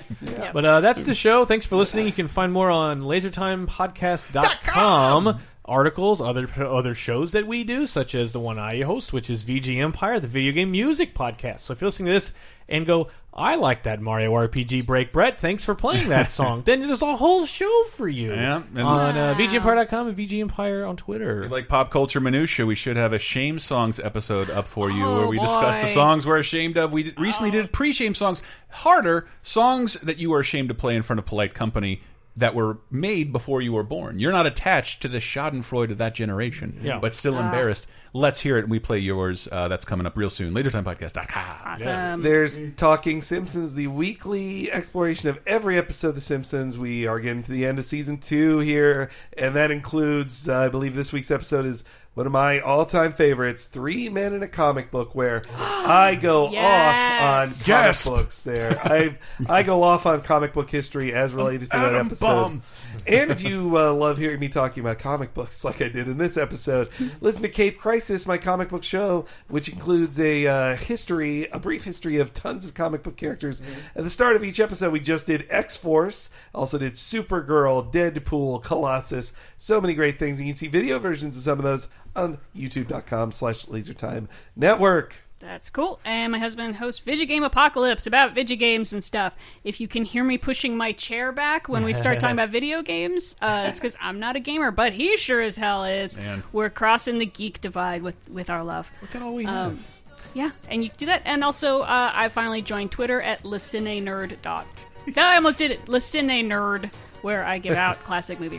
But uh, that's the show. Thanks for listening. You can find more on lasertimepodcast.com. articles, other other shows that we do, such as the one I host, which is VG Empire, the video game music podcast. So if you're listening to this and go, I like that Mario RPG break, Brett. Thanks for playing that song. then there's a whole show for you
Yeah, and-
on uh, VGEmpire.com and VG Empire on Twitter.
If you like pop culture minutia, we should have a shame songs episode up for you
Oh,
where we discuss the
boy.
songs we're ashamed of. We did, recently did pre-shame songs, harder songs that you are ashamed to play in front of polite company that were made before you were born. You're not attached to the Schadenfreude of that generation,
Yeah.
but still
Ah.
embarrassed. Let's hear it and we play yours. Uh, that's coming up real soon. LaserTimePodcast.com.
Awesome.
There's Talking Simpsons, the weekly exploration of every episode of The Simpsons. We are getting to the end of season two here, and that includes, uh, I believe, this week's episode is one of my all time favorites Three Men in a Comic Book, where I go
Yes.
off on comic
Gasp.
books there. I, I go off on comic book history as related to that
atom
episode.
bomb.
And if you uh, love hearing me talking about comic books like I did in this episode, listen to Cape Crisis, my comic book show, which includes a uh, history, a brief history of tons of comic book characters. At the start of each episode, we just did X Force, also did Supergirl, Deadpool, Colossus, so many great things. And you can see video versions of some of those on youtube.com slash lasertime network.
That's cool. And my husband hosts Video Game Apocalypse about video games and stuff. If you can hear me pushing my chair back when we start talking about video games, uh, it's because I'm not a gamer, but he sure as hell is.
Man.
We're crossing the geek divide with, with our love. Look at all we have. Yeah, and you can do that. And also, uh, I finally joined Twitter at listenanerd. dot. No, I almost did it. Listen a nerd, where I give out classic movie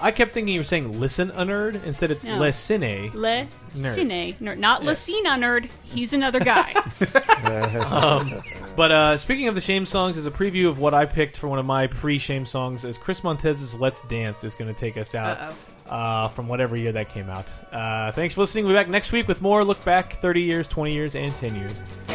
So I kept thinking you were saying listen a nerd. Instead, it's
No.
listen a.
Le Cine nerd, not
Yeah.
Lucina nerd. He's another guy.
um, but uh, speaking of the shame songs, as a preview of what I picked for one of my pre-shame songs, is Chris Montez's "Let's Dance" is going to take us out uh, from whatever year that came out. Uh, thanks for listening. We'll be back next week with more. Look back 30 years, 20 years, and 10 years.